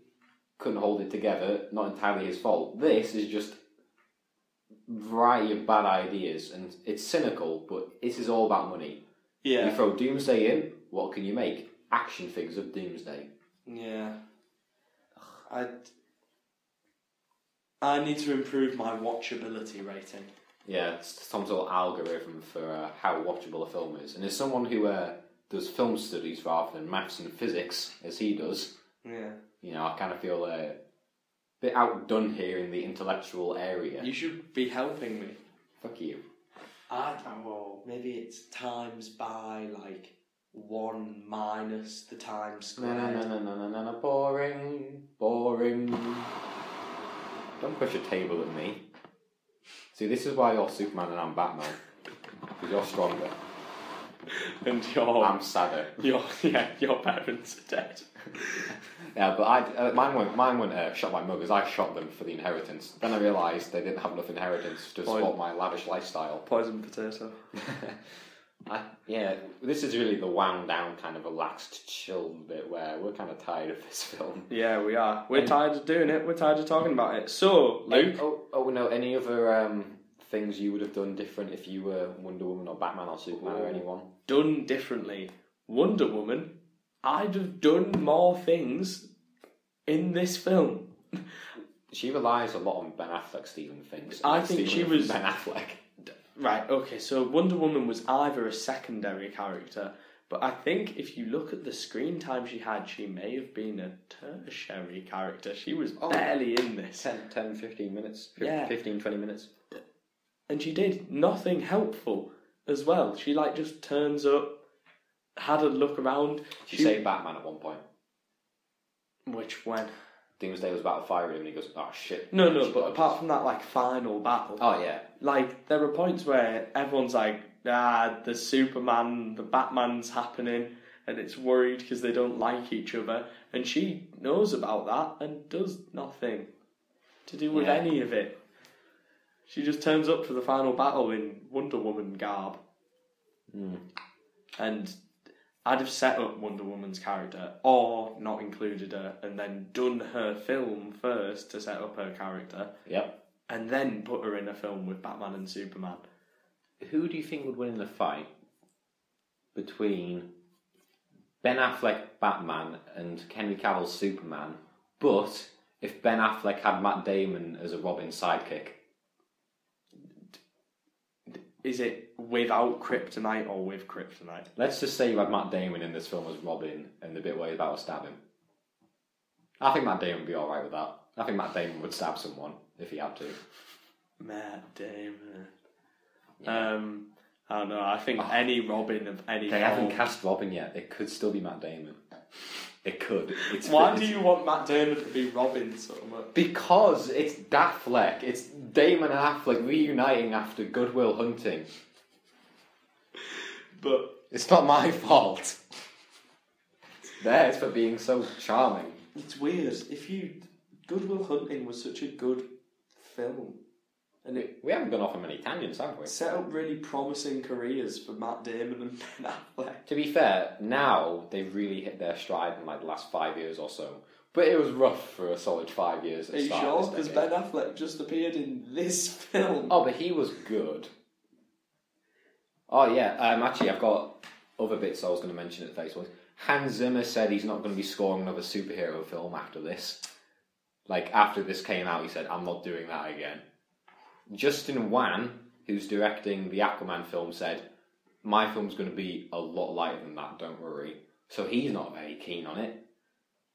A: couldn't hold it together. Not entirely his fault. This is just variety of bad ideas, and it's cynical, but it is all about money. You
B: Yeah.
A: throw Doomsday in, what can you make? Action figures of Doomsday.
B: Yeah. I I need to improve my watchability rating.
A: Yeah, it's some sort of algorithm for uh, how watchable a film is. And as someone who uh, does film studies rather than maths and physics, as he does,
B: Yeah.
A: you know, I kind of feel uh, a bit outdone here in the intellectual area.
B: You should be helping me.
A: Fuck you.
B: I don't know. Maybe it's times by like one minus the time
A: Na na
B: squared.
A: na na na na na na boring, boring. Don't push a table at me. See, this is why you're Superman and I'm Batman. Because you're stronger.
B: And your
A: I'm sadder.
B: your yeah your parents are dead.
A: Yeah, but I uh, mine went mine went uh, shot my muggers. I shot them for the inheritance. Then I realised they didn't have enough inheritance to
B: Fine.
A: support my lavish lifestyle.
B: Poison potato.
A: I, yeah, this is really the wound down kind of relaxed, chilled bit where we're kind of tired of this film.
B: Yeah, we are. We're tired of doing it. We're tired of talking about it. So, Luke,
A: Oh, oh no! Any other um, things you would have done different if you were Wonder Woman or Batman or Superman or
B: Ooh.
A: anyone?
B: done differently. Wonder Woman, I'd have done more things in this film.
A: She relies a lot on Ben Affleck stealing things.
B: I
A: Stealing
B: think she was-
A: Ben Affleck.
B: Right, okay, so Wonder Woman was either a secondary character, but I think if you look at the screen time she had, she may have been a tertiary character. She was
A: Oh.
B: barely in this.
A: 10, 10 15 minutes. fif-
B: Yeah.
A: 15, 20 minutes.
B: And she did nothing helpful as well. She, like, just turns up, had a look around.
A: She saved Batman at one point.
B: Which, when?
A: Doomsday was about to fire him and he goes, oh shit.
B: No, no,
A: She
B: but
A: dodges.
B: apart from that, like, final battle.
A: Oh yeah.
B: like there are points where everyone's like, ah, the Superman, the Batman's happening, and it's worried because they don't like each other, and she knows about that and does nothing to do with
A: Yeah.
B: any of it. She just turns up for the final battle in Wonder Woman garb, and I'd have set up Wonder Woman's character or not included her, and then done her film first to set up her character,
A: Yep.
B: and then put her in a film with Batman and Superman.
A: Who do you think would win in the fight between Ben Affleck Batman and Henry Cavill Superman, but if Ben Affleck had Matt Damon as a Robin sidekick?
B: Is it without kryptonite or with kryptonite?
A: Let's just say you had Matt Damon in this film as Robin and the bit where he's about to stab him. I think Matt Damon would be alright with that. I think Matt Damon would stab someone if he had to.
B: Matt Damon. Oh. Um, I don't know. I think any Robin of any.
A: They haven't
B: form-
A: cast Robin yet. It could still be Matt Damon. It could. It's
B: Why
A: it's-
B: do you want Matt Damon to be Robin so much?
A: Because it's Daffleck. It's Damon and Affleck reuniting after Goodwill Hunting.
B: But
A: It's not my fault. It's theirs for being so charming.
B: it's weird. If you Goodwill Hunting was such a good film, and it
A: We haven't gone off on many tangents, have we?
B: set up really promising careers for Matt Damon and Ben Affleck.
A: To be fair, now they've really hit their stride in like the last five years or so. But it was rough for a solid five years. At
B: Are
A: the
B: you
A: start
B: sure?
A: of this
B: Because Ben
A: decade.
B: Affleck just appeared in this film.
A: Oh, but he was good. Oh yeah. Um, actually, I've got other bits I was going to mention at the face was Hans Zimmer said he's not going to be scoring another superhero film after this. Like after this came out, he said, "I'm not doing that again." Justin Wan, who's directing the Aquaman film, said, "My film's going to be a lot lighter than that. Don't worry." So he's not very keen on it.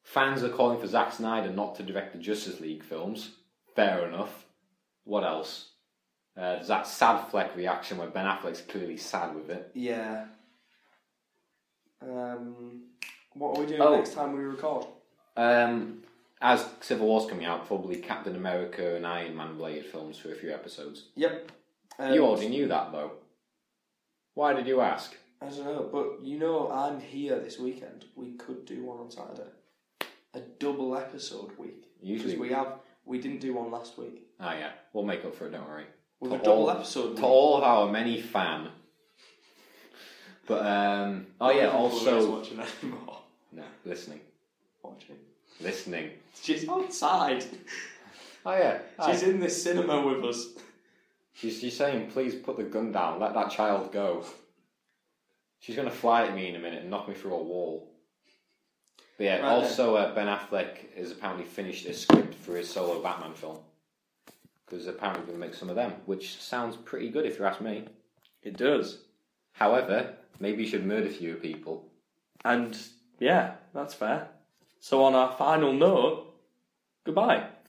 A: Fans are calling for Zack Snyder not to direct the Justice League films. Fair enough. What else? Uh, there's that sad Fleck reaction where Ben Affleck's clearly sad with it.
B: Yeah. Um, what are we doing
A: Oh.
B: next time we record?
A: Um, as Civil War's coming out, probably Captain America and Iron Man related films for a few episodes.
B: Yep. Um,
A: you already knew that though. Why did you ask?
B: I don't know, but you know I'm here this weekend. We could do one on Saturday, a double episode week.
A: Usually-
B: because we have we didn't do one last week.
A: Ah, yeah, we'll make up for it. Don't worry.
B: With a
A: To all-
B: double episode
A: to
B: week.
A: all of our many fan. But um, oh yeah, also
B: watching anymore.
A: no listening,
B: Watching.
A: listening.
B: She's outside.
A: Oh yeah, Hi.
B: She's in this cinema with us.
A: She's, she's saying, please put the gun down, let that child go. She's going to fly at me in a minute and knock me through a wall. But yeah,
B: Right then.
A: also uh, Ben Affleck has apparently finished a script for his solo Batman film. Because apparently going to make some of them, which sounds pretty good if you ask me.
B: It does.
A: However, maybe you should murder fewer people.
B: And yeah, that's fair. So on our final note, goodbye.